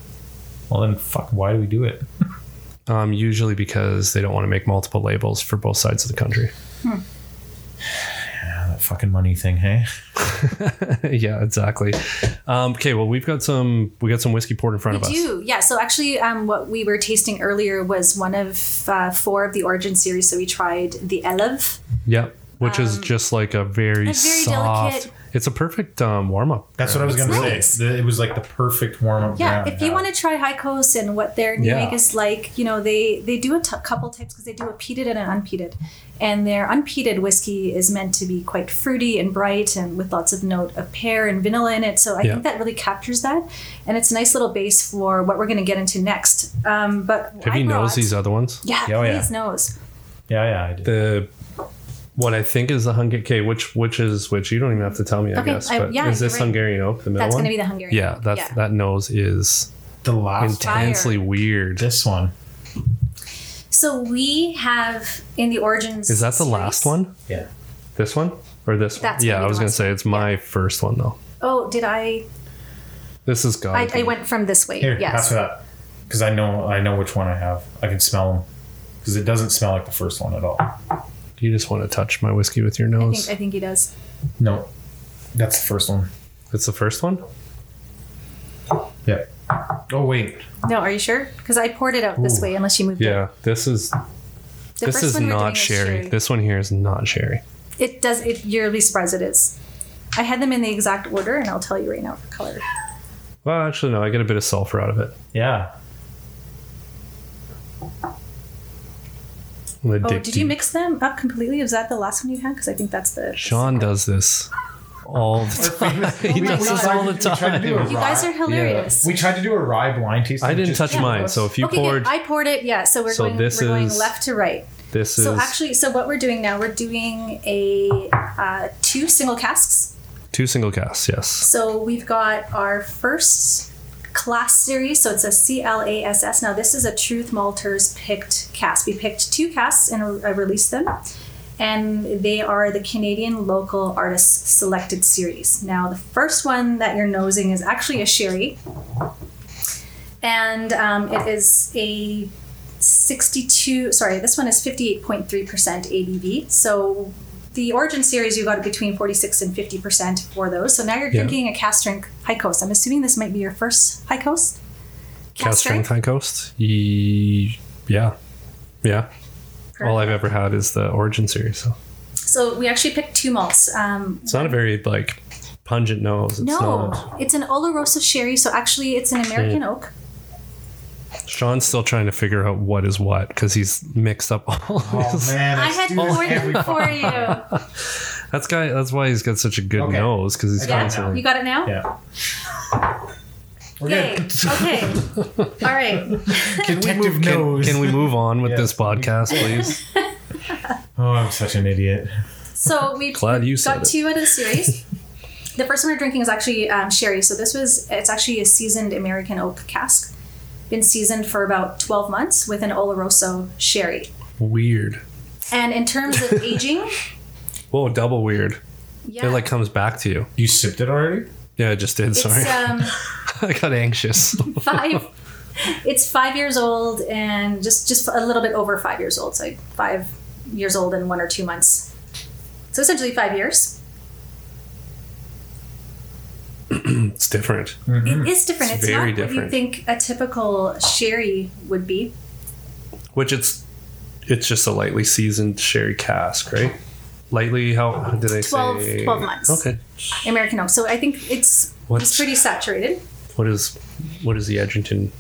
S4: Well then fuck, why do we do it?
S3: Um, usually because they don't want to make multiple labels for both sides of the country.
S4: Ah, that fucking money thing, hey?
S3: yeah, exactly. Um, okay, well, we've got some we got some whiskey poured in front of
S5: We
S3: us.
S5: do, yeah. So actually, um, what we were tasting earlier was one of uh, four of the Origin series. So we tried the Elev.
S3: Yep, which is just like a very,
S5: Um, a very
S3: soft.
S5: delicate-
S3: It's a perfect um, warm up.
S4: That's what I was gonna
S5: nice.
S4: say. The- It was like the perfect warm up.
S5: Yeah, if you want to try High Coast and what their new
S3: Yeah.
S5: make is like, you know, they they do a t- couple types because they do a peated and an unpeated, and their unpeated whiskey is meant to be quite fruity and bright and with lots of note of pear and vanilla in it. So I
S3: Yeah.
S5: think that really captures that, and it's a nice little base for what we're going to get into next. Um, but
S3: Have
S5: I
S3: you
S5: brought-
S3: noticed these other ones?
S5: Yeah,
S4: Oh, yeah.
S5: please nose.
S4: Yeah, yeah, I did.
S3: The what I think is the Hungarian. Okay, which which is which? You don't even have to tell me. I
S5: Okay,
S3: guess.
S5: I-
S3: But
S5: yeah,
S3: is this
S5: you're right.
S3: Hungarian oak? The middle
S5: That's
S3: one.
S5: going to be the Hungarian.
S3: Yeah, that that nose is
S4: The last
S5: Fire.
S3: intensely weird.
S4: this one.
S5: So we have in the origins.
S3: Is that the last
S5: series-
S3: one?
S4: Yeah.
S3: This one or this
S5: That's
S3: one? Yeah, I
S5: gonna be the
S3: was gonna
S5: last
S3: say it's my first one though.
S5: Oh, did I?
S3: This is God.
S5: I, I went from this way.
S4: Here, pass
S5: yes.
S4: me that. Because I know I know which one I have. I can smell them. Because it doesn't smell like the first one at all.
S3: You just want to touch my whiskey with your
S5: I
S3: nose.
S5: think I think he does.
S4: No. That's the first one.
S3: it's the first one.
S4: Yep. Oh wait.
S5: No, are you sure? Because I poured it out this
S4: Ooh.
S5: way, unless you moved it.
S3: Yeah, this is
S5: The
S3: this
S5: first
S3: is
S5: one we're
S3: not
S5: doing is
S3: sherry. This one here is not sherry.
S5: It does. It, you'll be surprised it is. I had them in the exact order, and I'll tell you right now for color.
S3: Well, actually, no. I get a bit of sulfur out of it.
S4: Yeah.
S3: The
S5: Oh,
S3: dip
S5: did you
S3: deep.
S5: mix them up completely? Is that the last one you had? Because I think that's the.
S3: Sean does this all the time. he
S5: my
S3: does this
S5: God.
S3: all the time.
S5: You guys are hilarious.
S4: We tried to do a rye blind tasting.
S3: I didn't
S4: just
S3: touch
S4: two of
S3: mine,
S4: us.
S3: so if you
S5: okay,
S3: poured,
S5: good. I poured it. Yeah, so we're
S3: So
S5: going.
S3: this
S5: we're going
S3: is-
S5: left to right.
S3: This
S5: So
S3: is
S5: actually, so what we're doing now, we're doing a uh, two single casks.
S3: two single casts. Yes.
S5: So we've got our first class series. So it's a C L A S S. Now this is a Truth Malters picked cast. We picked two casts and uh, released them, and they are the Canadian local artists selected series. Now the first one that you're nosing is actually a sherry, and um, it is a 62 sorry this one is 58.3% abv so the origin series you got between 46 and 50% for those so now you're
S3: Yeah.
S5: drinking a cast strength high coast i'm assuming this might be your first high coast
S3: Cast strength high coast. Ye- yeah, yeah. All I've ever had is the origin series. So
S5: so we actually picked two malts um,
S3: it's not a very like pungent nose. It's
S5: no
S3: not.
S5: it's an olorosa sherry so actually it's an american oak
S3: Sean's still trying to figure out what is what because he's mixed up all. his-
S4: Oh, man,
S5: i had poured them for you
S3: That's guy. That's why he's got such a good
S4: Okay.
S3: nose because he's
S4: I got it now.
S3: constantly.
S5: you got it now
S4: Yeah. We're
S5: Yay.
S4: good.
S5: okay all right
S3: Can we
S4: Detective
S3: move? Can,
S4: nose.
S3: can we move on with
S4: Yeah.
S3: this podcast, please?
S4: Oh, I'm such an idiot.
S5: so we
S3: Glad you said
S5: got
S3: it.
S5: two out of the series. the first one we're drinking is actually um, sherry. So this was it's actually a seasoned American oak cask, been seasoned for about twelve months with an Oloroso sherry.
S3: Weird.
S5: And in terms of aging,
S3: Whoa, double weird.
S5: yeah,
S3: It like comes back to you.
S4: You sipped it already?
S3: Yeah, I just did.
S5: it's
S3: Sorry,
S5: um,
S3: I got anxious.
S5: five. It's five years old and just just a little bit over five years old. So like five years old and one or two months. So essentially five years.
S3: it's different.
S5: It is different.
S3: Mm-hmm. It's
S5: It's,
S3: very
S5: not what you
S3: different.
S5: think a typical sherry would be.
S3: Which it's, it's just a lightly seasoned sherry cask, right? Lightly, how did I
S5: 12
S3: say?
S5: 12 months.
S3: Okay.
S5: American oak. So I think it's it's
S3: What's-
S5: pretty saturated.
S3: What is, what is the Edgerton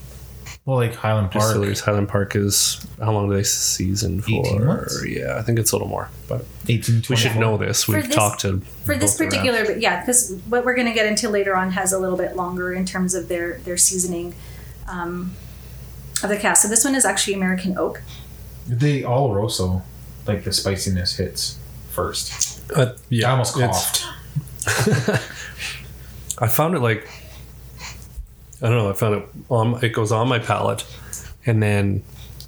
S4: Well, like Highland Park.
S3: Distilleries? Highland Park is how long do they season for?
S4: 18 months?
S3: Yeah, I think it's a little more, but
S4: 18,
S3: we should know this. We've
S5: this-
S3: talked to
S5: For this
S3: both around.
S5: particular, but yeah, because what we're going to get into later on has a little bit longer in terms of their their seasoning um, of the cast. So this one is actually American oak.
S4: They Oloroso, like the spiciness hits first.
S3: Uh, yeah,
S4: I almost
S3: it's-
S4: coughed.
S3: I found it like I don't know. I found it on it goes on my palate, and then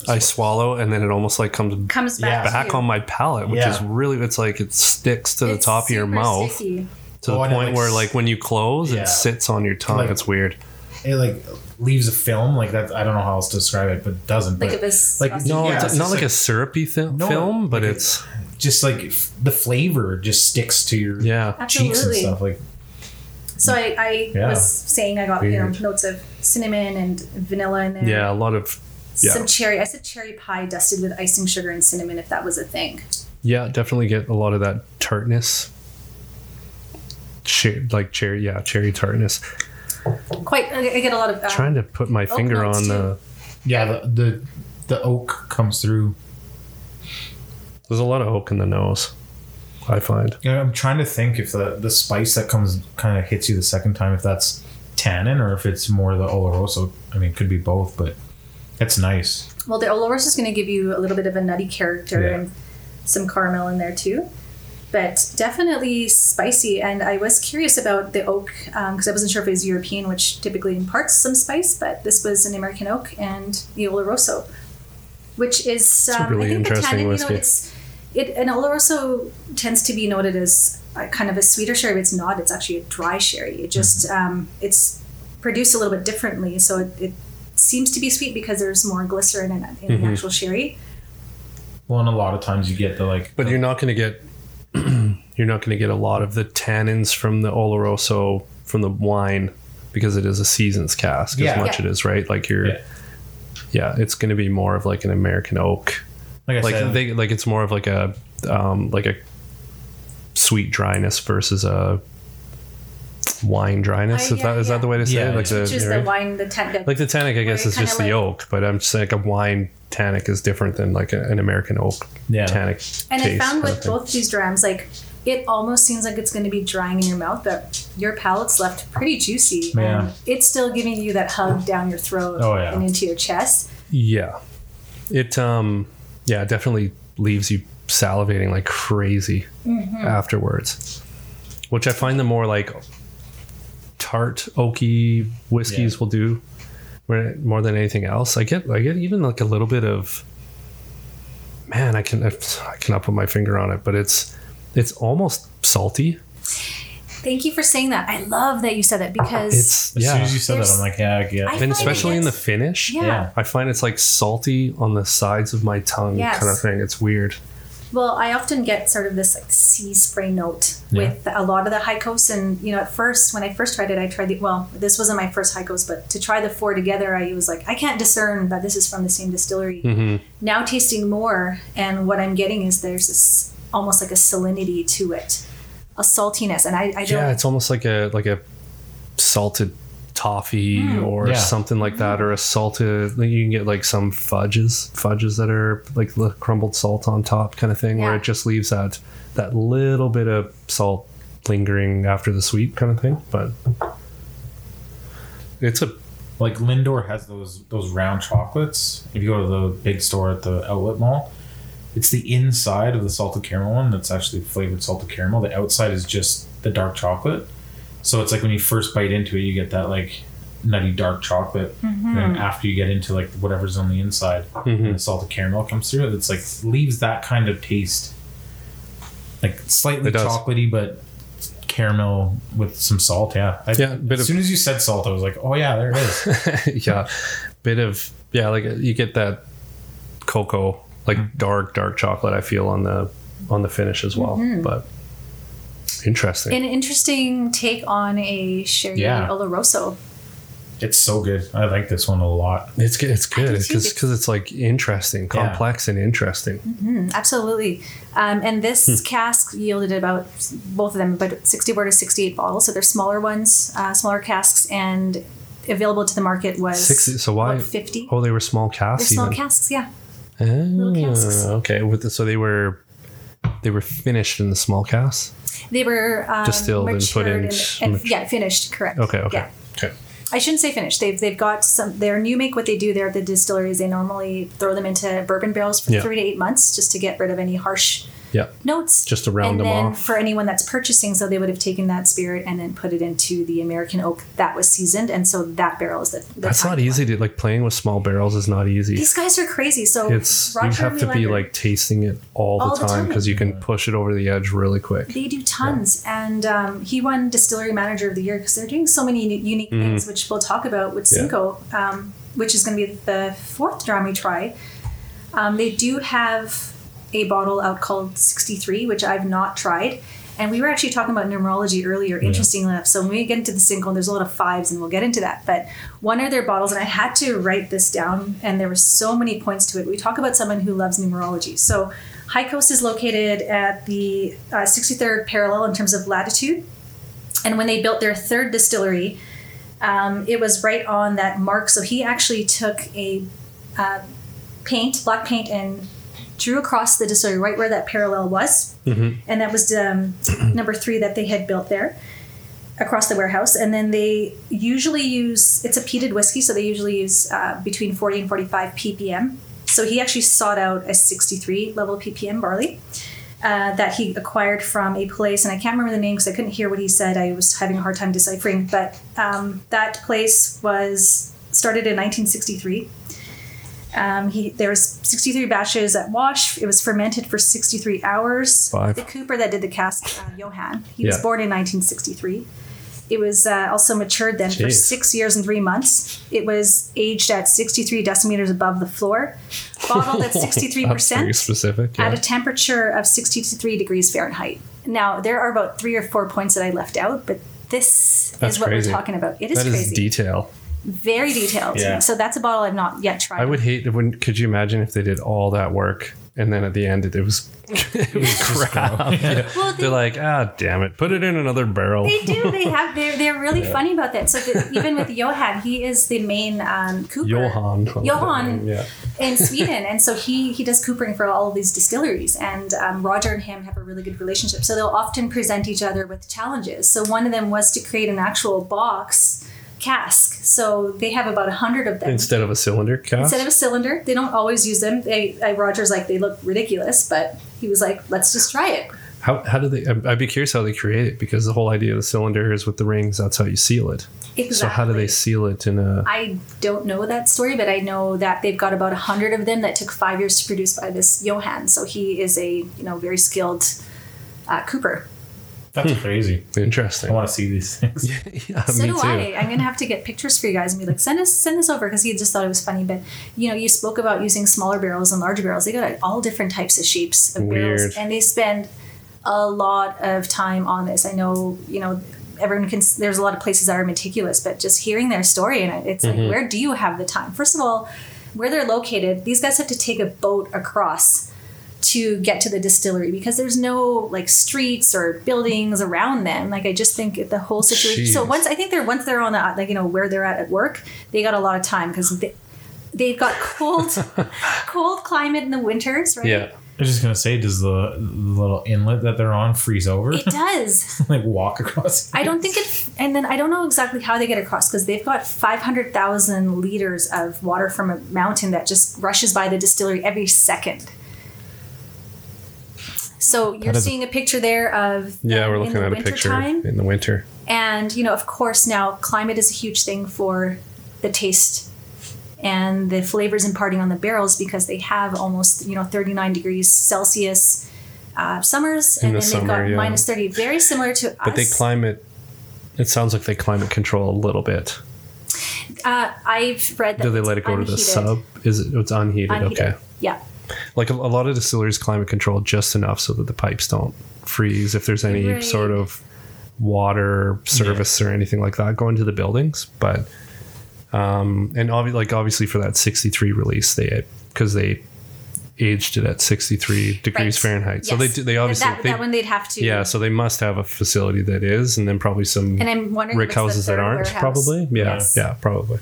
S3: I swallow, and then it almost like comes
S5: Comes back
S4: Yeah.
S5: to
S3: back
S5: you.
S3: on my palate, which
S4: Yeah.
S3: is really it's like it sticks to the
S5: It's
S3: top of your
S5: super
S3: mouth
S5: sticky.
S3: to
S4: Oh,
S3: the
S4: and it,
S3: point
S4: like,
S3: where
S4: s-
S3: like when you close,
S4: Yeah.
S3: it sits on your tongue.
S4: Like-
S3: it's weird.
S4: It like leaves a film. Like that. I don't know how else to describe it, but it doesn't.
S5: Like
S4: but
S5: if it's
S4: like,
S5: sausage-
S3: No,
S4: Yeah,
S3: it's,
S4: it's
S3: not
S4: just
S3: like, a
S4: like-
S3: syrupy thi-
S4: No,
S3: film, but
S4: like a-
S3: it's
S4: just like f- the flavor just sticks to your
S3: yeah.
S4: cheeks and
S5: absolutely.
S4: stuff. Like
S5: So I, I
S4: Yeah.
S5: was saying I got you know
S3: Weird.
S5: notes of cinnamon and vanilla in there.
S3: Yeah, a lot of yeah.
S5: Some cherry. I said cherry pie dusted with icing sugar and cinnamon, if that was a thing.
S3: yeah, definitely get a lot of that tartness. Che- like cherry, yeah, cherry tartness.
S5: Quite. I I get a lot of. Um,
S3: Trying to put my finger
S5: notes
S3: on
S5: too.
S3: the
S4: yeah, the the, the oak comes through.
S3: There's a lot of oak in the nose, I find.
S4: You know, I'm trying to think if the the spice that comes kind of hits you the second time, if that's tannin or if it's more the oloroso. I mean, it could be both, but it's nice.
S5: Well, the Oloroso is going to give you a little bit of a nutty character
S4: Yeah.
S5: and some caramel in there too, but definitely spicy. And I was curious about the oak because I wasn't sure if it was European, which typically imparts some spice, but this was an American oak and the Oloroso, which is um,
S3: really
S5: I think
S3: interesting
S5: the tannin, You
S3: whiskey.
S5: know, it's it an Oloroso tends to be noted as a, kind of a sweeter sherry, but it's not. It's actually a dry sherry. It just
S3: Mm-hmm.
S5: um, it's produced a little bit differently, so it, it seems to be sweet because there's more glycerin in it in
S3: Mm-hmm.
S5: the actual sherry.
S4: Well, and a lot of times you get the like.
S3: But you're not going to get you're not going to get a lot of the tannins from the Oloroso from the wine because it is a season's cask as
S4: Yeah.
S3: much
S5: Yeah.
S3: it is, right? Like you're
S4: Yeah.
S3: yeah, it's going to be more of like an American oak.
S4: like I
S3: Like
S4: said,
S3: they like it's more of like a um like a sweet dryness versus a wine dryness.
S5: Uh,
S3: is that
S5: yeah,
S3: is
S5: yeah.
S3: that the way to say
S4: Yeah,
S3: it? Like
S4: yeah.
S5: Which is
S3: the,
S5: the
S3: right?
S5: wine, the tan- the-
S3: like the tannic, I guess,
S5: it
S3: is
S5: kinda
S3: just
S5: like-
S3: the oak, but I'm just saying like a wine tannic is different than like a, an American oak
S4: Yeah.
S3: tannic.
S5: and I
S3: taste kinda
S5: found with
S3: thing.
S5: both these drams, like it almost seems like it's going to be drying in your mouth, but your palate's left pretty juicy.
S4: Yeah.
S5: And it's still giving you that hug down your throat
S4: Oh, yeah.
S5: and into your chest.
S3: Yeah. It um yeah, definitely leaves you salivating like crazy
S4: Mm-hmm.
S3: afterwards. Which I find the more like tart oaky whiskeys will do where- more than anything else. I get I get even like a little bit of man, I can I cannot put my finger on it, but it's it's almost salty.
S5: Thank you for saying that. I love that you said that because
S3: It's
S4: As soon
S3: yeah.
S4: as you said that, I'm like, yeah, yeah.
S5: I-
S3: and
S5: find
S3: especially in the
S5: it's-
S3: finish.
S5: yeah.
S4: yeah.
S3: I find it's like salty on the sides of my tongue
S5: Yes.
S3: kind of thing. It's weird.
S5: Well, I often get sort of this like sea spray note
S4: Yeah.
S5: with a lot of the hycos, and you know, at first when I first tried it, I tried the well, this wasn't my first hycos, but to try the four together, I was like, I can't discern that this is from the same distillery.
S3: Hmm. Mm-hmm.
S5: Now tasting more, and what I'm getting is there's this almost like a salinity to it, a saltiness, and I, I don't.
S3: Yeah, it's almost like a like a salted toffee or
S4: Yeah.
S3: something like that, or a salted. like, You can get like some fudges, fudges that are like li- crumbled salt on top, kind of thing, where
S5: Yeah.
S3: it just leaves that that little bit of salt lingering after the sweet, kind of thing. But it's a
S4: Like Lindor has those those round chocolates. If you go to the big store at the outlet mall, it's the inside of the salted caramel one that's actually flavored salted caramel. The outside is just the dark chocolate. So it's like when you first bite into it, you get that like nutty dark chocolate,
S5: Mm-hmm. Hmm.
S4: and then after you get into like whatever's on the inside,
S3: mm-hmm.
S4: and the salted caramel comes through, it's like leaves that kind of taste, like slightly
S3: It does.
S4: chocolatey, but caramel with some salt. Yeah, I,
S3: Yeah, bit
S4: as
S3: of-
S4: soon as you said salt, I was like, oh yeah, there it is.
S3: yeah, bit of yeah, like uh, you get that cocoa, like dark dark chocolate. I feel on the on the finish as well, but interesting.
S5: An interesting take on a sherry
S4: Yeah.
S5: oloroso.
S4: It's so good. I like this one a lot.
S3: It's good. It's good
S5: do
S3: because
S5: too.
S3: it's, like interesting,
S4: Yeah.
S3: complex, and interesting.
S5: Absolutely. Um, and
S3: Hmm.
S5: this cask yielded about both of them, about 64 to 68 bottles. So they're smaller ones, uh, smaller casks, and available to the market was
S3: Sixty. So why?
S5: about 50.
S3: Oh, they were small
S5: they're
S3: casks.
S5: small
S3: even.
S5: casks, yeah.
S3: Ah,
S5: casks.
S3: Okay. With the, so they were they were finished in the small casks.
S5: They were um,
S3: Distilled and put
S5: matured
S3: in-
S5: and,
S3: mature-
S5: yeah, finished, correct.
S3: Okay. Okay.
S5: Yeah.
S3: Okay.
S5: I shouldn't say finished. They've, they've got some, their new make, what they do there at the distilleries, they normally throw them into bourbon barrels for
S3: Yeah.
S5: three to eight months just to get rid of any harsh
S3: Yeah.
S5: notes.
S3: Just to round
S5: and
S3: them
S5: then
S3: off.
S5: For anyone that's purchasing, so they would have taken that spirit and then put it into the American oak that was seasoned, and so that barrel is the. the
S3: That's
S5: top
S3: not
S5: one.
S3: easy to like playing with small barrels is not easy.
S5: These guys are crazy. So
S3: It's
S5: Roger
S3: you have to be
S5: Wielander,
S3: like tasting it all,
S5: All
S3: the
S5: the
S3: time
S5: time.
S3: because you can push it over the edge really quick.
S5: They do tons, and um, he won Distillery Manager of the Year because they're doing so many uni- unique things, which we'll talk about with
S3: Yeah.
S5: Cinco, um, which is going to be the fourth dram we try. Um, they do have a bottle out called 63, which I've not tried. And we were actually talking about numerology earlier, interestingly enough. So when we get into the single, there's a lot of fives, and we'll get into that. But one of their bottles, and I had to write this down, and there were so many points to it. We talk about someone who loves numerology. So High Coast is located at the uh, 63rd parallel in terms of latitude. And when they built their third distillery, um, it was right on that mark. So he actually took a uh, paint, black paint, and drew across the distillery right where that parallel was. And that was um, number three that they had built there across the warehouse. And then they usually use it's a peated whiskey, so they usually use uh, between 40 and 45 ppm. So he actually sought out a 63 level ppm barley uh, that he acquired from a place, and I can't remember the name because I couldn't hear what he said. I was having a hard time deciphering, but um, that place was started in 1963. Um, he, there was 63 batches at wash. It was fermented for 63 hours.
S3: Five.
S5: The cooper that did the cask, uh, Johann, he was
S3: Yeah.
S5: born in 1963. It was uh, also matured then for
S3: Jeez.
S5: six years and three months. It was aged at 63 decimeters above the floor, bottled at 63
S3: That's pretty
S5: percent
S3: specific.
S5: at
S3: Yeah.
S5: a temperature of 63 degrees Fahrenheit. Now, there are about three or four points that I left out, but this
S3: That's
S5: is what
S3: crazy.
S5: we're talking about. It is
S3: That is
S5: crazy.
S3: detail.
S5: Very detailed.
S4: Yeah.
S5: So that's a bottle I've not yet tried.
S3: I would hate. When, could you imagine if they did all that work and then at the end it, it was it was crap?
S5: Well, they,
S3: They're like, ah, damn it, put it in another barrel.
S5: they do. They have. They're, they're really funny about that. So the, even with Johan, he is the main um, cooper.
S3: Johan.
S5: Johan.
S3: Yeah.
S5: in Sweden, and so he he does coopering for all of these distilleries, and um, Roger and him have a really good relationship. So they'll often present each other with challenges. So one of them was to create an actual box cask. So they have about a hundred of them.
S3: Instead of a cylinder cask.
S5: Instead of a cylinder, they don't always use them. They, I, Roger's like they look ridiculous, but he was like, "Let's just try it."
S3: how, how do they? I'd- I'd be curious how they create it because the whole idea of the cylinder is with the rings. That's how you seal it.
S5: Exactly.
S3: So how do they seal it in a?
S5: I don't know that story, but I know that they've got about a hundred of them that took five years to produce by this Johann. So he is a you know very skilled uh, cooper.
S4: That's crazy. I
S3: Interesting.
S4: want to see these things.
S3: Hmm. Yeah,
S5: So
S3: me
S5: do
S3: too.
S5: I. I'm gonna have to get pictures for you guys and be like, send us send this over because he just thought it was funny. But you know, you spoke about using smaller barrels and larger barrels. They got all different types of shapes of
S3: Weird.
S5: barrels, and they spend a lot of time on this. I know you know everyone can. There's a lot of places that are meticulous, but just hearing their story and it, it's
S3: Mm-hmm.
S5: like, where do you have the time? First of all, where they're located, these guys have to take a boat across to get to the distillery because there's no like streets or buildings around them. Like I just think the whole situation. So
S3: Jeez.
S5: once I think they're once they're on the like you know where they're at at work, they got a lot of time because they they've got cold cold climate in the winters, right?
S3: Yeah.
S4: I was just gonna say, does the, the little inlet that they're on freeze over?
S5: It does.
S4: like walk across.
S5: I don't think it, and then I don't know exactly how they get across because they've got 500,000 liters of water from a mountain that just rushes by the distillery every second. So you're
S4: That is-
S5: seeing a picture there of
S3: Yeah,
S5: them
S3: we're
S5: in
S3: looking
S5: the
S3: at a
S5: winter
S3: picture
S5: time.
S3: in the winter.
S5: and you know of course now climate is a huge thing for the taste and the flavors imparting on the barrels because they have almost you know 39 degrees celsius uh, summers
S3: In
S5: and
S3: the
S5: then they've
S3: summer,
S5: got
S3: yeah.
S5: minus 30 very similar to us
S3: But they climate. It sounds like they climate control a little bit.
S5: uh, i've read that
S3: Do they
S5: it's
S3: let it go to the
S5: unheated.
S3: sub? Is it? It's unheated.
S5: Unheated.
S3: Okay.
S5: yeah
S3: Like a, a lot of distilleries climate control just enough so that the pipes don't freeze if there's any
S5: Right.
S3: sort of water service or anything like that going to the buildings. But um, and obviously, like obviously for that 63 release, they because they aged it at 63 degrees
S5: right.
S3: Fahrenheit. So they
S5: Yes.
S3: do- they obviously
S5: that,
S3: they,
S5: that one they'd have to
S3: yeah. So they must have a facility that is, and then probably some
S5: and i'm wondering
S3: rick
S5: if it's the
S3: houses that
S5: third
S3: aren't
S5: warehouse.
S3: probably yeah
S5: Yes.
S3: yeah probably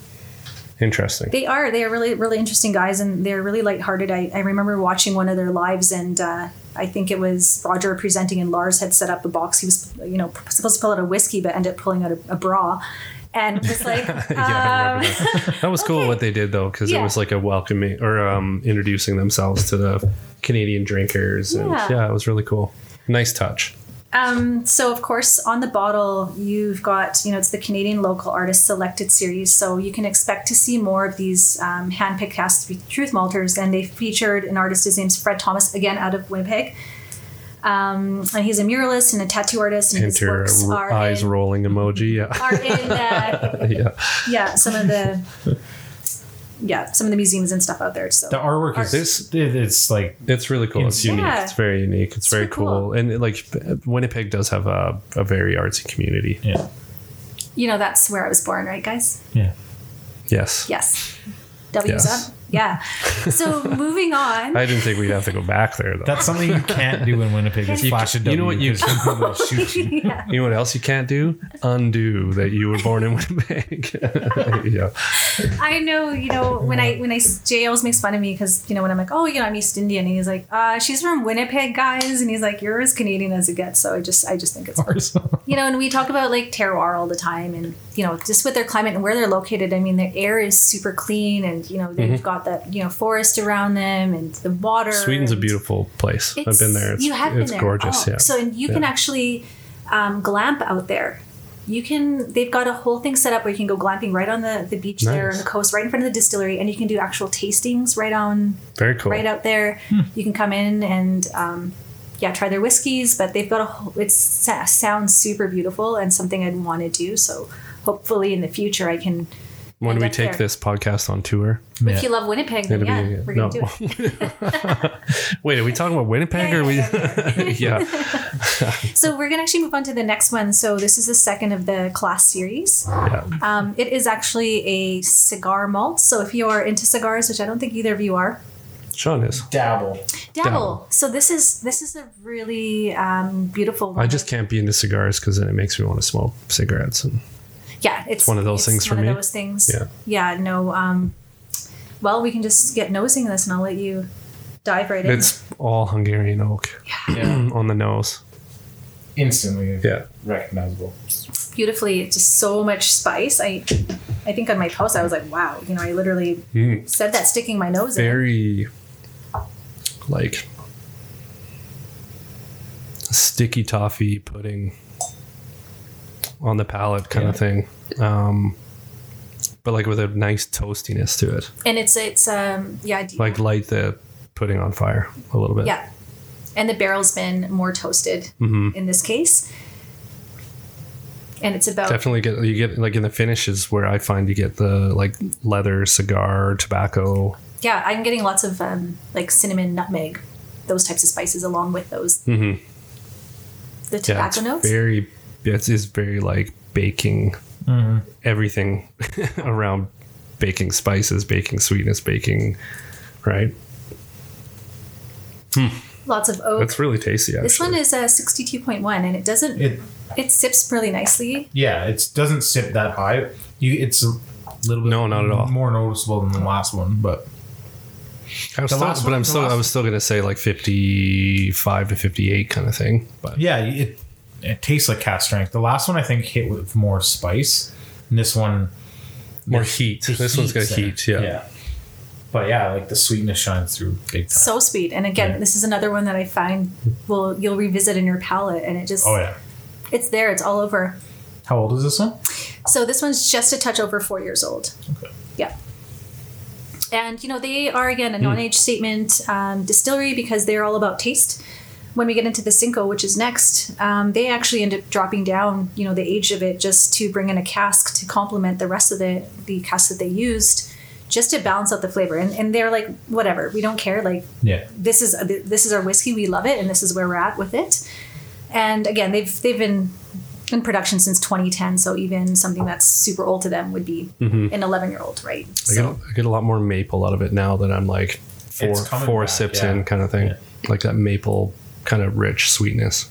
S3: interesting
S5: They are. They are really, really interesting guys, and they're really lighthearted. I, I remember watching one of their lives, and uh, I think it was Roger presenting, and Lars had set up a box. He was, you know, supposed to pull out a whiskey, but ended up pulling out a, a bra, and it was like,
S3: Yeah, I remember
S5: um,
S3: that. That was cool
S5: okay.
S3: what they did though, because
S5: Yeah.
S3: it was like a welcoming or um, introducing themselves to the Canadian drinkers. And
S5: Yeah.
S3: yeah. it was really cool. Nice touch.
S5: Um, so of course, on the bottle, you've got you know it's the Canadian local artist selected series, so you can expect to see more of these um, handpicked casts with truth malters, and they featured an artist. His name's Fred Thomas, again out of Winnipeg. Um, and he's a muralist and a tattoo artist, and his
S3: Enter
S5: works
S3: a r-
S5: are
S3: eyes
S5: in,
S3: rolling emoji. Yeah,
S5: are in uh,
S3: yeah.
S5: yeah some of the yeah some of the museums and stuff out there. So
S4: The artwork is
S3: This-
S4: it- it's like
S3: It's really cool. It's
S4: Yeah.
S3: unique. It's very unique. It's, very
S5: really cool.
S3: cool. And like Winnipeg does have a, a very artsy community.
S4: yeah
S5: you know that's where I was born, right, guys?
S4: yeah.
S3: Yes.
S5: Yes. W's
S3: Yes.
S5: up. Yeah. So moving on.
S3: I didn't think we'd have to go back there though.
S4: That's something you can't do in Winnipeg. Is
S3: You
S4: flash a
S3: ca-
S4: W.
S3: you know what you-
S4: 'cause people will shoot you.
S5: yeah.
S3: you know what else you can't do? Undo that you were born in Winnipeg. yeah.
S5: I know, you know, when I when I Jay always makes fun of me because you know when I'm like, oh, you know, I'm East Indian, and he's like, uh, she's from Winnipeg, guys, and he's like, you're as Canadian as it gets. So I just I just think it's you know, and we talk about like terroir all the time, and you know, just with their climate and where they're located. I mean, the air is super clean, and you know, they've
S3: Mm-hmm.
S5: got that you know forest around them and the water.
S3: Sweden's a
S5: and-
S3: beautiful place. I've been there. It's,
S5: you have been
S3: it's
S5: there.
S3: gorgeous.
S5: Oh,
S3: yeah.
S5: So and you can
S3: Yeah.
S5: actually um, glamp out there. You can. They've got a whole thing set up where you can go glamping right on the, the beach there on
S3: Nice.
S5: the coast, right in front of the distillery, and you can do actual tastings right on
S3: Very cool.
S5: right out there. You can come in and um, yeah, try their whiskeys. But they've got a. whole It sounds super beautiful and something I'd want to do. So hopefully in the future I can.
S3: when
S5: end
S3: we
S5: up
S3: take
S5: there.
S3: this podcast on tour,
S4: Yeah.
S5: If you love Winnipeg, then
S3: it'll
S5: yeah,
S3: be
S5: we're
S3: no.
S5: gonna do it.
S3: Wait, are we talking about Winnipeg or are we?
S5: Yeah,
S3: yeah.
S5: So we're gonna actually move on to the next one. So this is the second of the class series.
S3: yeah.
S5: Um, it is actually a cigar malt. So if you are into cigars, which I don't think either of you are,
S3: Sean is.
S4: Dabble.
S5: dabble.
S3: Dabble.
S5: So this is this is a really um, beautiful. One.
S3: I just can't be into cigars because then it makes me want to smoke cigarettes. And
S5: Yeah, it's
S3: one of those
S5: it's
S3: things for
S5: one
S3: me.
S5: Of those things.
S3: Yeah.
S5: Yeah. No. Um, well, we can just get nosing this, and I'll let you dive right in.
S3: it's all Hungarian oak on the nose.
S4: instantly
S3: Yeah.
S4: recognizable.
S5: beautifully it's just so much spice i i think on my post i was like wow you know i literally said that sticking my nose in
S3: Mm. Very like sticky toffee pudding on the palate kind of thing. Um but like with a nice toastiness to it.
S5: and it's it's um yeah do you-
S3: Like light the pudding on fire a little bit.
S5: yeah and the barrel's been more toasted
S3: Mm-hmm.
S5: in this case and it's about
S3: Definitely get you get like in the finishes where I find you get the like leather, cigar, tobacco.
S5: yeah i'm getting lots of um like cinnamon nutmeg those types of spices along with those the
S3: Mm-hmm. Yeah,
S5: tobacco
S3: it's
S5: notes
S3: very it's, it's very like baking
S4: Mm-hmm.
S3: everything around baking spices, baking sweetness, baking right.
S5: lots of oak
S3: That's really tasty. Actually,
S5: this one is uh, 62.1 and it doesn't
S4: It
S5: it sips really nicely
S4: yeah, it doesn't sip that high. You it's a little bit
S3: No, not at all.
S4: more noticeable than the last one, but
S3: I was
S4: the
S3: still,
S4: last
S3: but
S4: one-
S3: I'm
S4: the
S3: still
S4: last
S3: I was still gonna say like 55 to 58 kind of thing. But
S4: yeah, it it tastes like cat strength. The last one I think hit with more spice, and this one
S3: more heat.
S4: the
S3: This one's got
S4: heat's there.
S3: heat. Yeah.
S4: But yeah, like the sweetness shines through big time.
S5: so sweet and again
S4: Yeah.
S5: this is another one that i find will you'll revisit in your palate and it just
S4: oh yeah.
S5: it's there it's all over
S4: How old is this one?
S5: so this one's just a touch over four years old
S4: Okay.
S5: yeah and you know they are again a non-age statement um, distillery because they're all about taste when we get into the cinco which is next um, they actually end up dropping down you know the age of it just to bring in a cask to complement the rest of the the cask that they used just to balance out the flavor and, and they're like whatever we don't care like
S4: Yeah.
S5: this is this is our whiskey. We love it, and this is where we're at with it. And again, they've they've been in production since 2010, so even something that's super old to them would be an 11 year old, right?
S3: Mm-hmm. I get,
S5: So
S3: I get a lot more maple out of it now that I'm like four
S4: It's coming
S3: four
S4: back,
S3: sips
S4: yeah.
S3: in kind of thing.
S4: Yeah.
S3: Like that maple kind of rich sweetness.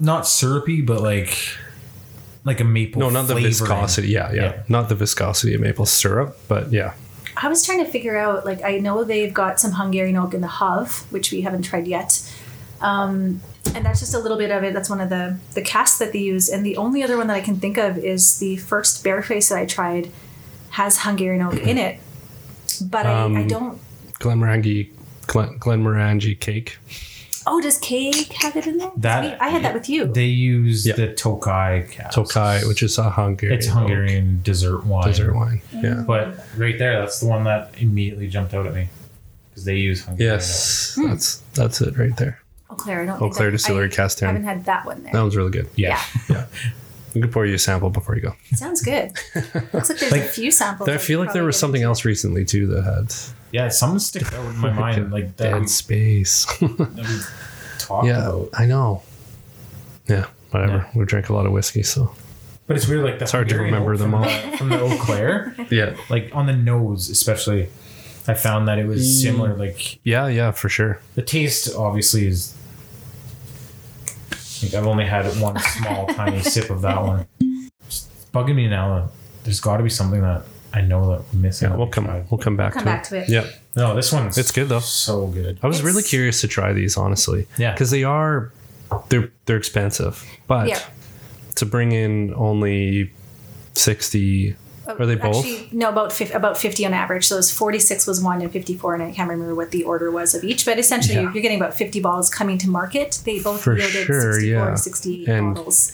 S4: Not syrupy, but like like a maple.
S3: No, not the
S4: flavoring.
S3: viscosity. Yeah, yeah,
S4: Yeah.
S3: Not the viscosity of maple syrup, but yeah.
S5: I was trying to figure out, like, I know they've got some Hungarian oak in the Hav, which we haven't tried yet. Um, and that's just a little bit of it. That's one of the the casts that they use. And the only other one that I can think of is the first Bearface that I tried has Hungarian oak in it, but
S3: Um,
S5: I, I don't
S3: Glenmorangie Glen, Glenmorangie cake.
S5: Oh, does cake have it in there?
S4: That-
S5: Wait, I had that with you.
S4: They use
S3: Yeah.
S4: the Tokai cask.
S3: Tokai, which is a Hungarian
S4: it's Hungarian dessert wine.
S3: dessert wine.
S5: Mm.
S3: Yeah.
S4: But right there, that's the one that immediately jumped out at me because they use Hungarian.
S3: Yes.
S4: Hmm.
S3: That's that's it right there.
S5: Eau Oh, Claire, I don't.
S3: Eau
S5: think
S3: Oh, Claire
S5: I've-
S3: Distillery
S5: I
S3: Cast Iron.
S5: haven't had that one there.
S3: That one's really good.
S4: oak. Yeah.
S5: Yeah.
S3: You can pour you a sample before you go.
S5: sounds good. Looks like there's a few samples.
S3: I
S5: that we
S3: feel like
S5: probably
S3: there was
S5: didn't
S3: something
S5: do.
S3: else recently too that had
S4: Yeah, something sticks out in my mind like that
S3: dead
S4: we,
S3: space.
S4: that we talked
S3: yeah.
S4: about.
S3: I know. Yeah. Whatever.
S4: Yeah.
S3: We drank a lot of whiskey, so
S4: But it's weird, like the it's
S3: hard to remember them all.
S4: from the Eau Claire,
S3: yeah.
S4: like on the nose especially. I found that it
S3: Mm.
S4: was similar. Like
S3: Yeah, yeah, for sure.
S4: the taste obviously is like I've only had one small tiny sip of that one. It's bugging me now. though. There's got to be something that I know that we're missing.
S3: Yeah,
S4: that
S3: we'll
S4: we
S3: come
S4: tried.
S3: we'll come back
S5: Come
S3: to
S5: back
S3: it.
S5: to it.
S3: Yeah.
S4: No, this one's
S3: It's good, though.
S4: So good.
S3: I was really
S5: It's-
S3: curious to try these, honestly.
S4: Yeah.
S3: because they are they're they're expensive, but
S5: Yeah.
S3: to bring in only sixty, are they both?
S5: Actually, no, about fif- about 50 on average. So it's 46 was one and 54, and I can't remember what the order was of each. But essentially,
S3: Yeah.
S5: you're getting about 50 bottles coming to market. They both
S3: For
S5: yielded
S3: sure,
S5: 64
S3: yeah.
S5: and 68
S3: And-
S5: bottles.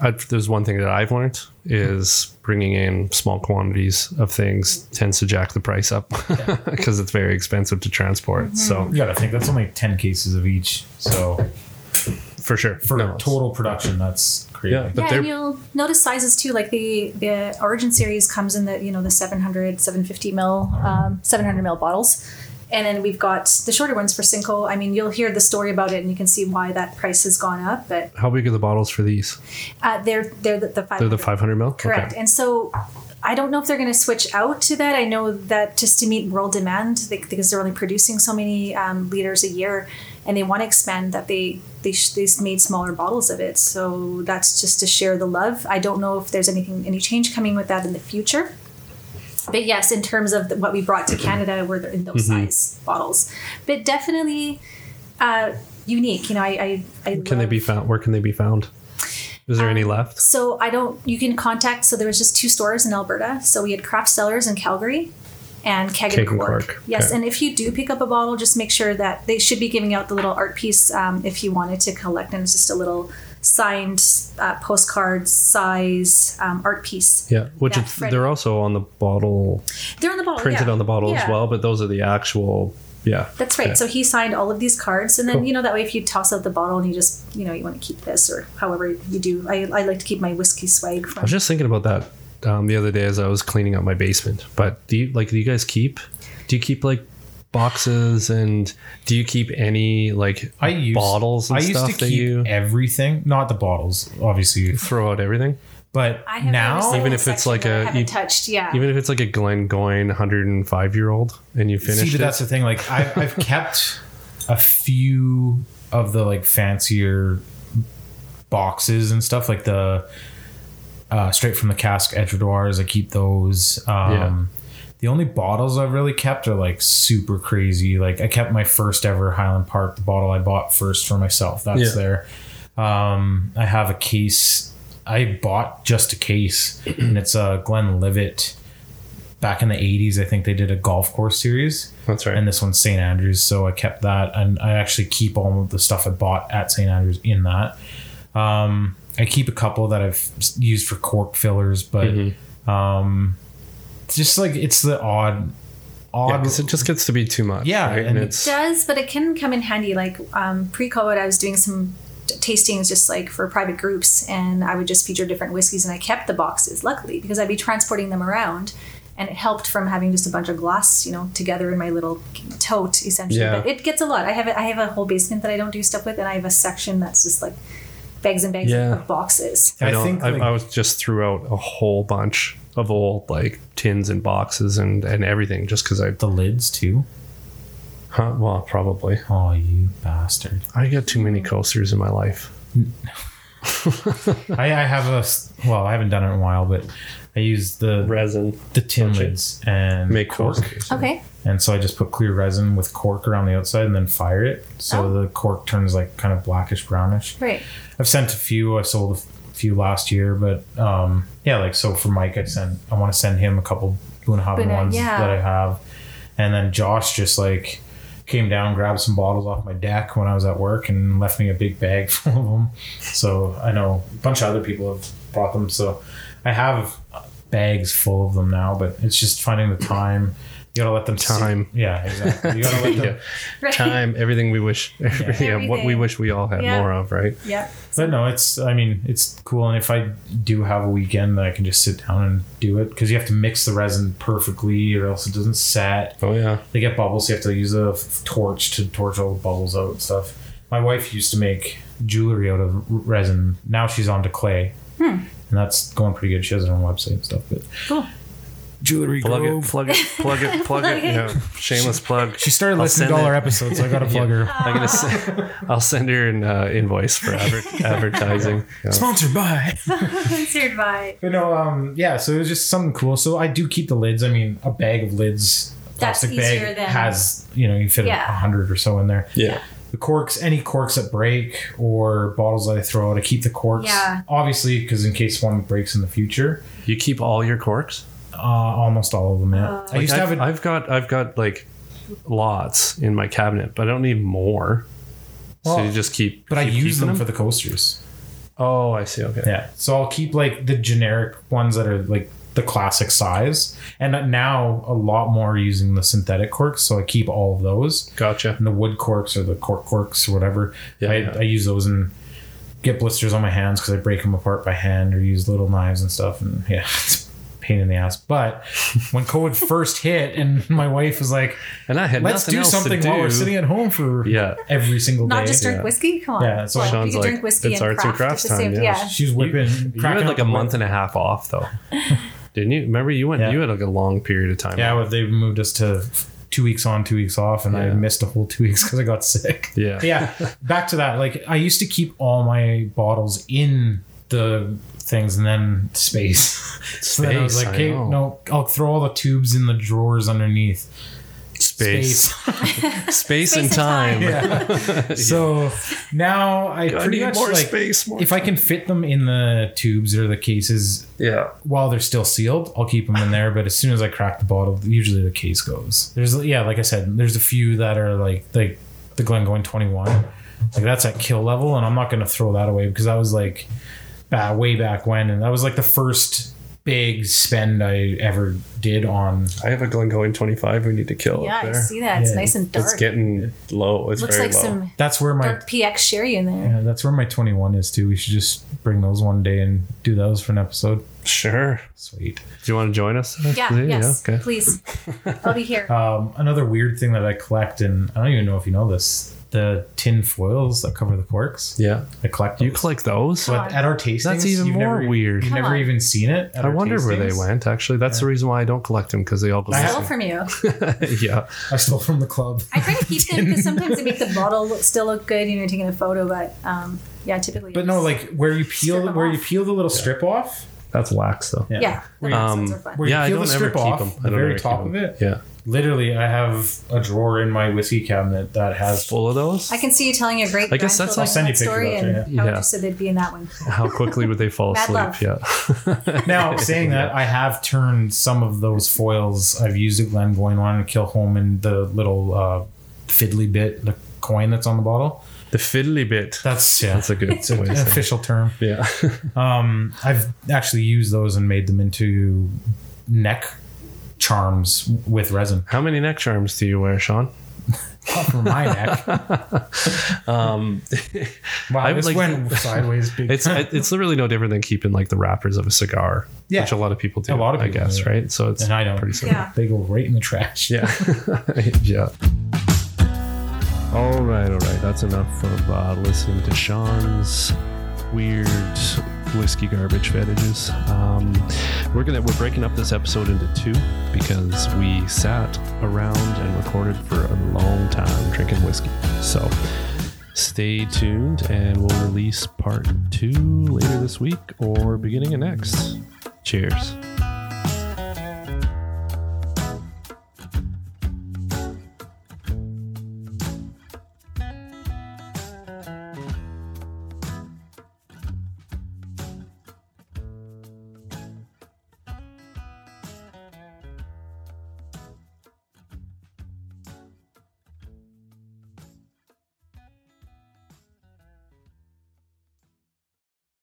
S3: I, there's one thing that I've learned is bringing in small quantities of things tends to jack the price up because it's very expensive to transport. So
S4: You gotta think that's only ten cases of each. So
S5: Mm-hmm.
S3: for sure,
S4: for
S3: No, it's-
S4: total production, that's crazy.
S3: yeah, but
S5: yeah,
S3: they're
S5: and you'll notice sizes too. Like the the Origin series comes in the you know the 700, 750 mil, um, 700 mil bottles, and then we've got the shorter ones for Cinco. I mean, you'll hear the story about it, and you can see why that price has gone up. But
S3: how big are the bottles for these?
S5: uh, they're they're the, the 500.
S3: They're the 500 mil.
S5: Correct. And so I don't know if they're going to switch out to that. I know that just to meet world demand, they, because they're only producing so many um, liters a year, and they want to expand that they they sh- they've made smaller bottles of it. So that's just to share the love. I don't know if there's anything any change coming with that in the future. But yes, in terms of the, what
S3: Mm-hmm.
S5: we brought to Canada, we're in those size bottles. But definitely, uh, unique. You know, I I, I
S3: Can they
S5: love- Um,
S3: be found? Where can they be found? Is there any left?
S5: So I don't. You can contact. So there was just two stores in Alberta. So we had Craft Sellers in Calgary, and Keg,
S3: Keg
S5: and
S3: and
S5: Cork.
S3: Cork,
S5: Yes,
S3: okay.
S5: and if you do pick up a bottle, just make sure that they should be giving out the little art piece um, if you wanted to collect, and it's just a little signed uh, postcard size um, art piece.
S3: Yeah, which
S5: Yeah,
S3: is,
S5: Fred-
S3: they're also on the bottle,
S5: They're on the bottle.
S3: printed
S5: yeah.
S3: on the bottle as
S5: Yeah.
S3: well. But those are the actual. Yeah,
S5: That's right.
S3: Okay.
S5: So he signed all of these cards, and then
S3: Cool.
S5: you know that way, if you toss out the bottle and you just you know you want to keep this or however you do, I, I like to keep my whiskey swag.
S3: I
S5: From,
S3: was just thinking about that um, the other day as I was cleaning out my basement. But do you like? Do you guys keep? Do you keep like boxes and do you keep any like
S4: I used
S3: bottles and
S4: I used
S3: stuff
S4: to
S3: that
S4: keep
S3: you
S4: everything, not the bottles, obviously,
S3: throw out everything?
S4: but
S5: I have a
S4: now
S5: recycling
S3: Even if it's
S5: section
S3: like
S5: that I
S3: a-
S5: haven't
S3: you-
S5: touched, yeah.
S3: Even if it's like a Glengoyne 105 year old and you finish
S4: See,
S3: it.
S4: but that's the thing. Like, I've, I've kept a few of the like fancier boxes and stuff, like the uh, straight from the cask Edredoirs. I keep those. Um,
S3: Yeah.
S4: The only bottles I've really kept are like super crazy. Like, I kept my first ever Highland Park, the bottle I bought first for myself. That's there. Um, I have a case. I bought just a case, and it's a Glenn Livet. Back in the 80s, I think they did a golf course series
S3: That's right.
S4: and this one's St. Andrews, so I kept that, and I actually keep all of the stuff I bought at St. Andrews in that. Um, I keep a couple that I've s- used for cork fillers, but um, it's just like it's the odd,
S3: Mm-hmm. yeah,
S4: odd,
S3: 'cause it just gets to be too much.
S4: Yeah,
S3: right?
S4: and
S3: and it's
S5: does, but it can come in handy. Like um, pre-COVID, I was doing some t- tastings just like for private groups, and I would just feature different whiskeys, and I kept the boxes luckily because I'd be transporting them around, and it helped from having just a bunch of glass, you know, together in my little tote essentially.
S3: Yeah.
S5: But it gets a lot. I have a, I have a whole basement that I don't do stuff with, and I have a section that's just like bags and bags
S3: Yeah.
S5: of boxes.
S3: I,
S4: I
S3: know,
S4: think,
S3: I,
S4: like-
S3: I was just threw out a whole bunch of old like tins and boxes and and everything just because I
S4: the lids too.
S3: huh, well probably
S4: Oh, you bastard!
S3: I got too many coasters in my life.
S4: I, I have a s- well, I haven't done it in a while, but I use the
S3: Resin
S4: the tin lids and
S3: make
S4: cork.
S3: coasters.
S5: Okay.
S4: and so I just put clear resin with cork around the outside and then fire it, so
S5: Oh.
S4: the cork turns like kind of blackish brownish.
S5: Right.
S4: I've sent a few. I sold a f- few last year, but um, yeah, like so for Mike, I sent. I want to send him a couple Boonhaven
S5: Boona-
S4: ones
S5: yeah.
S4: that I have, and then Josh just like came down, grabbed some bottles off my deck when I was at work, and left me a big bag full of them. So I know a bunch of other people have bought them. So I have bags full of them now, but it's just finding the time. You gotta let them sit-
S3: Time.
S4: Yeah, exactly. You gotta let them.
S3: Yeah.
S5: Right.
S3: Time, everything we wish, yeah. what we
S5: Everything.
S3: wish we all had
S5: Yeah.
S3: more of, right?
S5: Yeah.
S4: But no, it's. I mean, it's cool. And if I do have a weekend, that I can just sit down and do it because you have to mix the resin perfectly, or else it doesn't set.
S3: Oh yeah,
S4: They get bubbles. So you have to use a f- torch to torch all the bubbles out and stuff. My wife used to make jewelry out of r- resin. Now she's on to clay, and that's going pretty good. She has her own website and stuff. But
S5: Cool.
S4: jewelry
S3: plug
S4: Grove.
S3: it, plug it, plug it, plug it. Yeah. Shameless plug.
S4: She started
S3: I'll
S4: listening to
S3: send
S4: all our
S3: it.
S4: episodes, so I got to plug her.
S3: I'm gonna send, I'll send her an uh, invoice for adver- advertising. Yeah.
S4: Sponsored by.
S5: Sponsored by.
S4: But no, um, yeah. So it was just something cool. So I do keep the lids. I mean, a bag of lids,
S5: That's
S4: plastic
S5: easier
S4: bag
S5: than-
S4: has you know you fit a
S5: Yeah.
S4: hundred or so in there.
S3: Yeah.
S4: The corks, any corks that break or bottles that I throw out, I keep the corks.
S5: Yeah.
S4: Obviously, because in case one breaks in the future,
S3: You keep all your corks.
S4: uh, almost all of them.
S5: Uh,
S4: Yeah. I
S3: Like,
S4: used to
S3: I've,
S4: have a
S3: I've got I've got like lots in my cabinet, but I don't need more. so
S4: Well,
S3: you just keep.
S4: but I
S3: keep
S4: use
S3: keeping
S4: them, for the coasters.
S3: Oh, I see. Okay.
S4: Yeah. So I'll keep like the generic ones that are like the classic size, and now a lot more using the synthetic corks. So I keep all of those.
S3: Gotcha.
S4: and the wood corks or the cork corks or whatever.
S3: Yeah,
S4: I,
S3: yeah.
S4: I use those and get blisters on my hands because I break them apart by hand or use little knives and stuff. And yeah, it's a pain in the ass. But when COVID first hit, and my wife was like,
S3: And I had
S4: "Let's
S3: nothing
S4: do
S3: else to
S4: something while we're sitting at home for
S3: Yeah.
S4: every single day."
S5: Not just drink
S3: yeah.
S5: whiskey. Come on.
S4: Yeah, that's what
S5: Well,
S3: Sean's
S5: you can drink
S3: like,
S5: whiskey
S3: it's
S5: and
S3: arts and
S5: craft at the
S3: crafts
S5: same
S3: time, yeah.
S5: yeah.
S4: She's whipping.
S3: You had like a month and a half off though, didn't you? Remember you went?
S4: Yeah.
S3: You had like a long period of time.
S4: Yeah,
S3: off.
S4: well, they moved us to two weeks on, two weeks off, and I
S3: Yeah.
S4: missed a whole two weeks because I got sick.
S3: Yeah.
S4: But yeah. Back to that. Like I used to keep all my bottles in the things and then space. so then I was
S3: Space,
S4: like,
S3: I
S4: okay,
S3: know.
S4: no, I'll throw all the tubes in the drawers underneath.
S3: Space. Space, and
S5: and time.
S3: time.
S4: So now I
S3: I
S4: pretty
S3: need
S4: much
S3: more
S4: like,
S3: space, more
S4: if I can fit them in the tubes or the cases
S3: Yeah.
S4: while they're still sealed, I'll keep them in there. But as soon as I crack the bottle, usually the case goes. There's yeah, like I said, there's a few that are like like the Glengoyne 21. Like that's at kill level, and I'm not gonna throw that away because that was like bah, way back when, and that was like the first big spend I ever did on.
S3: I have a Glengoyne 25 we need to kill
S5: Yeah,
S3: up
S5: I
S3: there.
S5: see that. It's
S4: Yeah,
S5: nice and dark.
S3: It's getting low. It's
S5: Looks
S3: very
S5: like
S3: low.
S5: some
S4: That's where my
S5: dark PX sherry in there.
S4: yeah, that's where my 21 is too. We should just bring those one day and do those for an episode.
S3: Sure.
S4: Sweet.
S3: Do you want to join us?
S5: Yeah,
S3: Zee?
S5: yes,
S3: okay.
S5: please. I'll be here.
S4: Um, another weird thing that I collect, and I don't even know if you know this, the tin foils that cover the corks.
S3: Yeah.
S4: I collect.
S3: You
S4: those.
S3: collect those?
S4: but at our tastings,
S3: That's even
S4: you've
S3: more
S4: never-
S3: weird.
S4: You've never
S5: on.
S4: even seen it. at
S3: I
S4: our
S3: wonder where they
S4: tastings.
S3: went. Actually, that's the reason why I don't collect them because they all go.
S4: I
S5: Still
S3: missing.
S4: have-
S5: from you.
S3: yeah,
S4: I stole from the club.
S5: I try to keep them because sometimes they make the bottle look, still look good. You know, taking a photo, but um, yeah, typically.
S4: But
S5: it's-
S4: no, like where you
S5: Strip
S4: peel
S5: them
S4: where you
S5: off.
S4: peel the little strip off.
S3: that's wax though.
S5: yeah, the box ones are fun.
S4: Where
S3: Yeah, I
S4: you peel
S3: don't
S4: the
S3: ever
S4: strip
S3: keep
S4: off,
S3: 'em. I
S4: the
S3: don't
S4: very
S3: ever keep
S4: top
S3: 'em.
S4: of it.
S3: Yeah,
S4: Literally, I have a drawer in my whiskey cabinet that has
S3: full of those.
S5: I can see you telling your great.
S3: I guess that's-
S5: grandchildren
S3: I'll
S4: send you
S5: that
S4: pictures
S5: story
S4: after,
S5: and
S3: yeah.
S5: how
S3: Yeah.
S5: interested they'd be in that one.
S3: How quickly would they fall
S5: Bad
S3: asleep?
S5: love.
S3: Yeah.
S4: Now, saying that, I have turned some of those foils. I've used a Glengoyne one, a Kilholm, and the little uh, fiddly bit, the coin that's on the bottle.
S3: the fiddly bit.
S4: That's yeah,
S3: That's a good way.
S4: an
S3: to say it.
S4: official term.
S3: Yeah,
S4: Um, I've actually used those and made them into neck charms with resin
S3: how many neck charms do you wear, Sean?
S4: Not Oh, for my neck.
S3: Um,
S4: Wow,
S3: I
S4: I
S3: would
S4: this
S3: like-
S4: went sideways. Big
S3: it's
S4: time.
S3: it's literally no different than keeping like the wrappers of a cigar,
S4: Yeah.
S3: which a lot of people do.
S4: A lot of
S3: I
S4: people
S3: guess,
S4: do.
S3: right? So it's
S4: and I don't.
S3: pretty simple.
S5: Yeah.
S4: They go right in the trash.
S3: Yeah. yeah. All right, all right. That's enough of uh, listening to Sean's weird whiskey garbage fetishes. Um, we're gonna we're breaking up this episode into two because we sat around and recorded for a long time drinking whiskey. So stay tuned, and we'll release part two later this week or beginning of next. Cheers.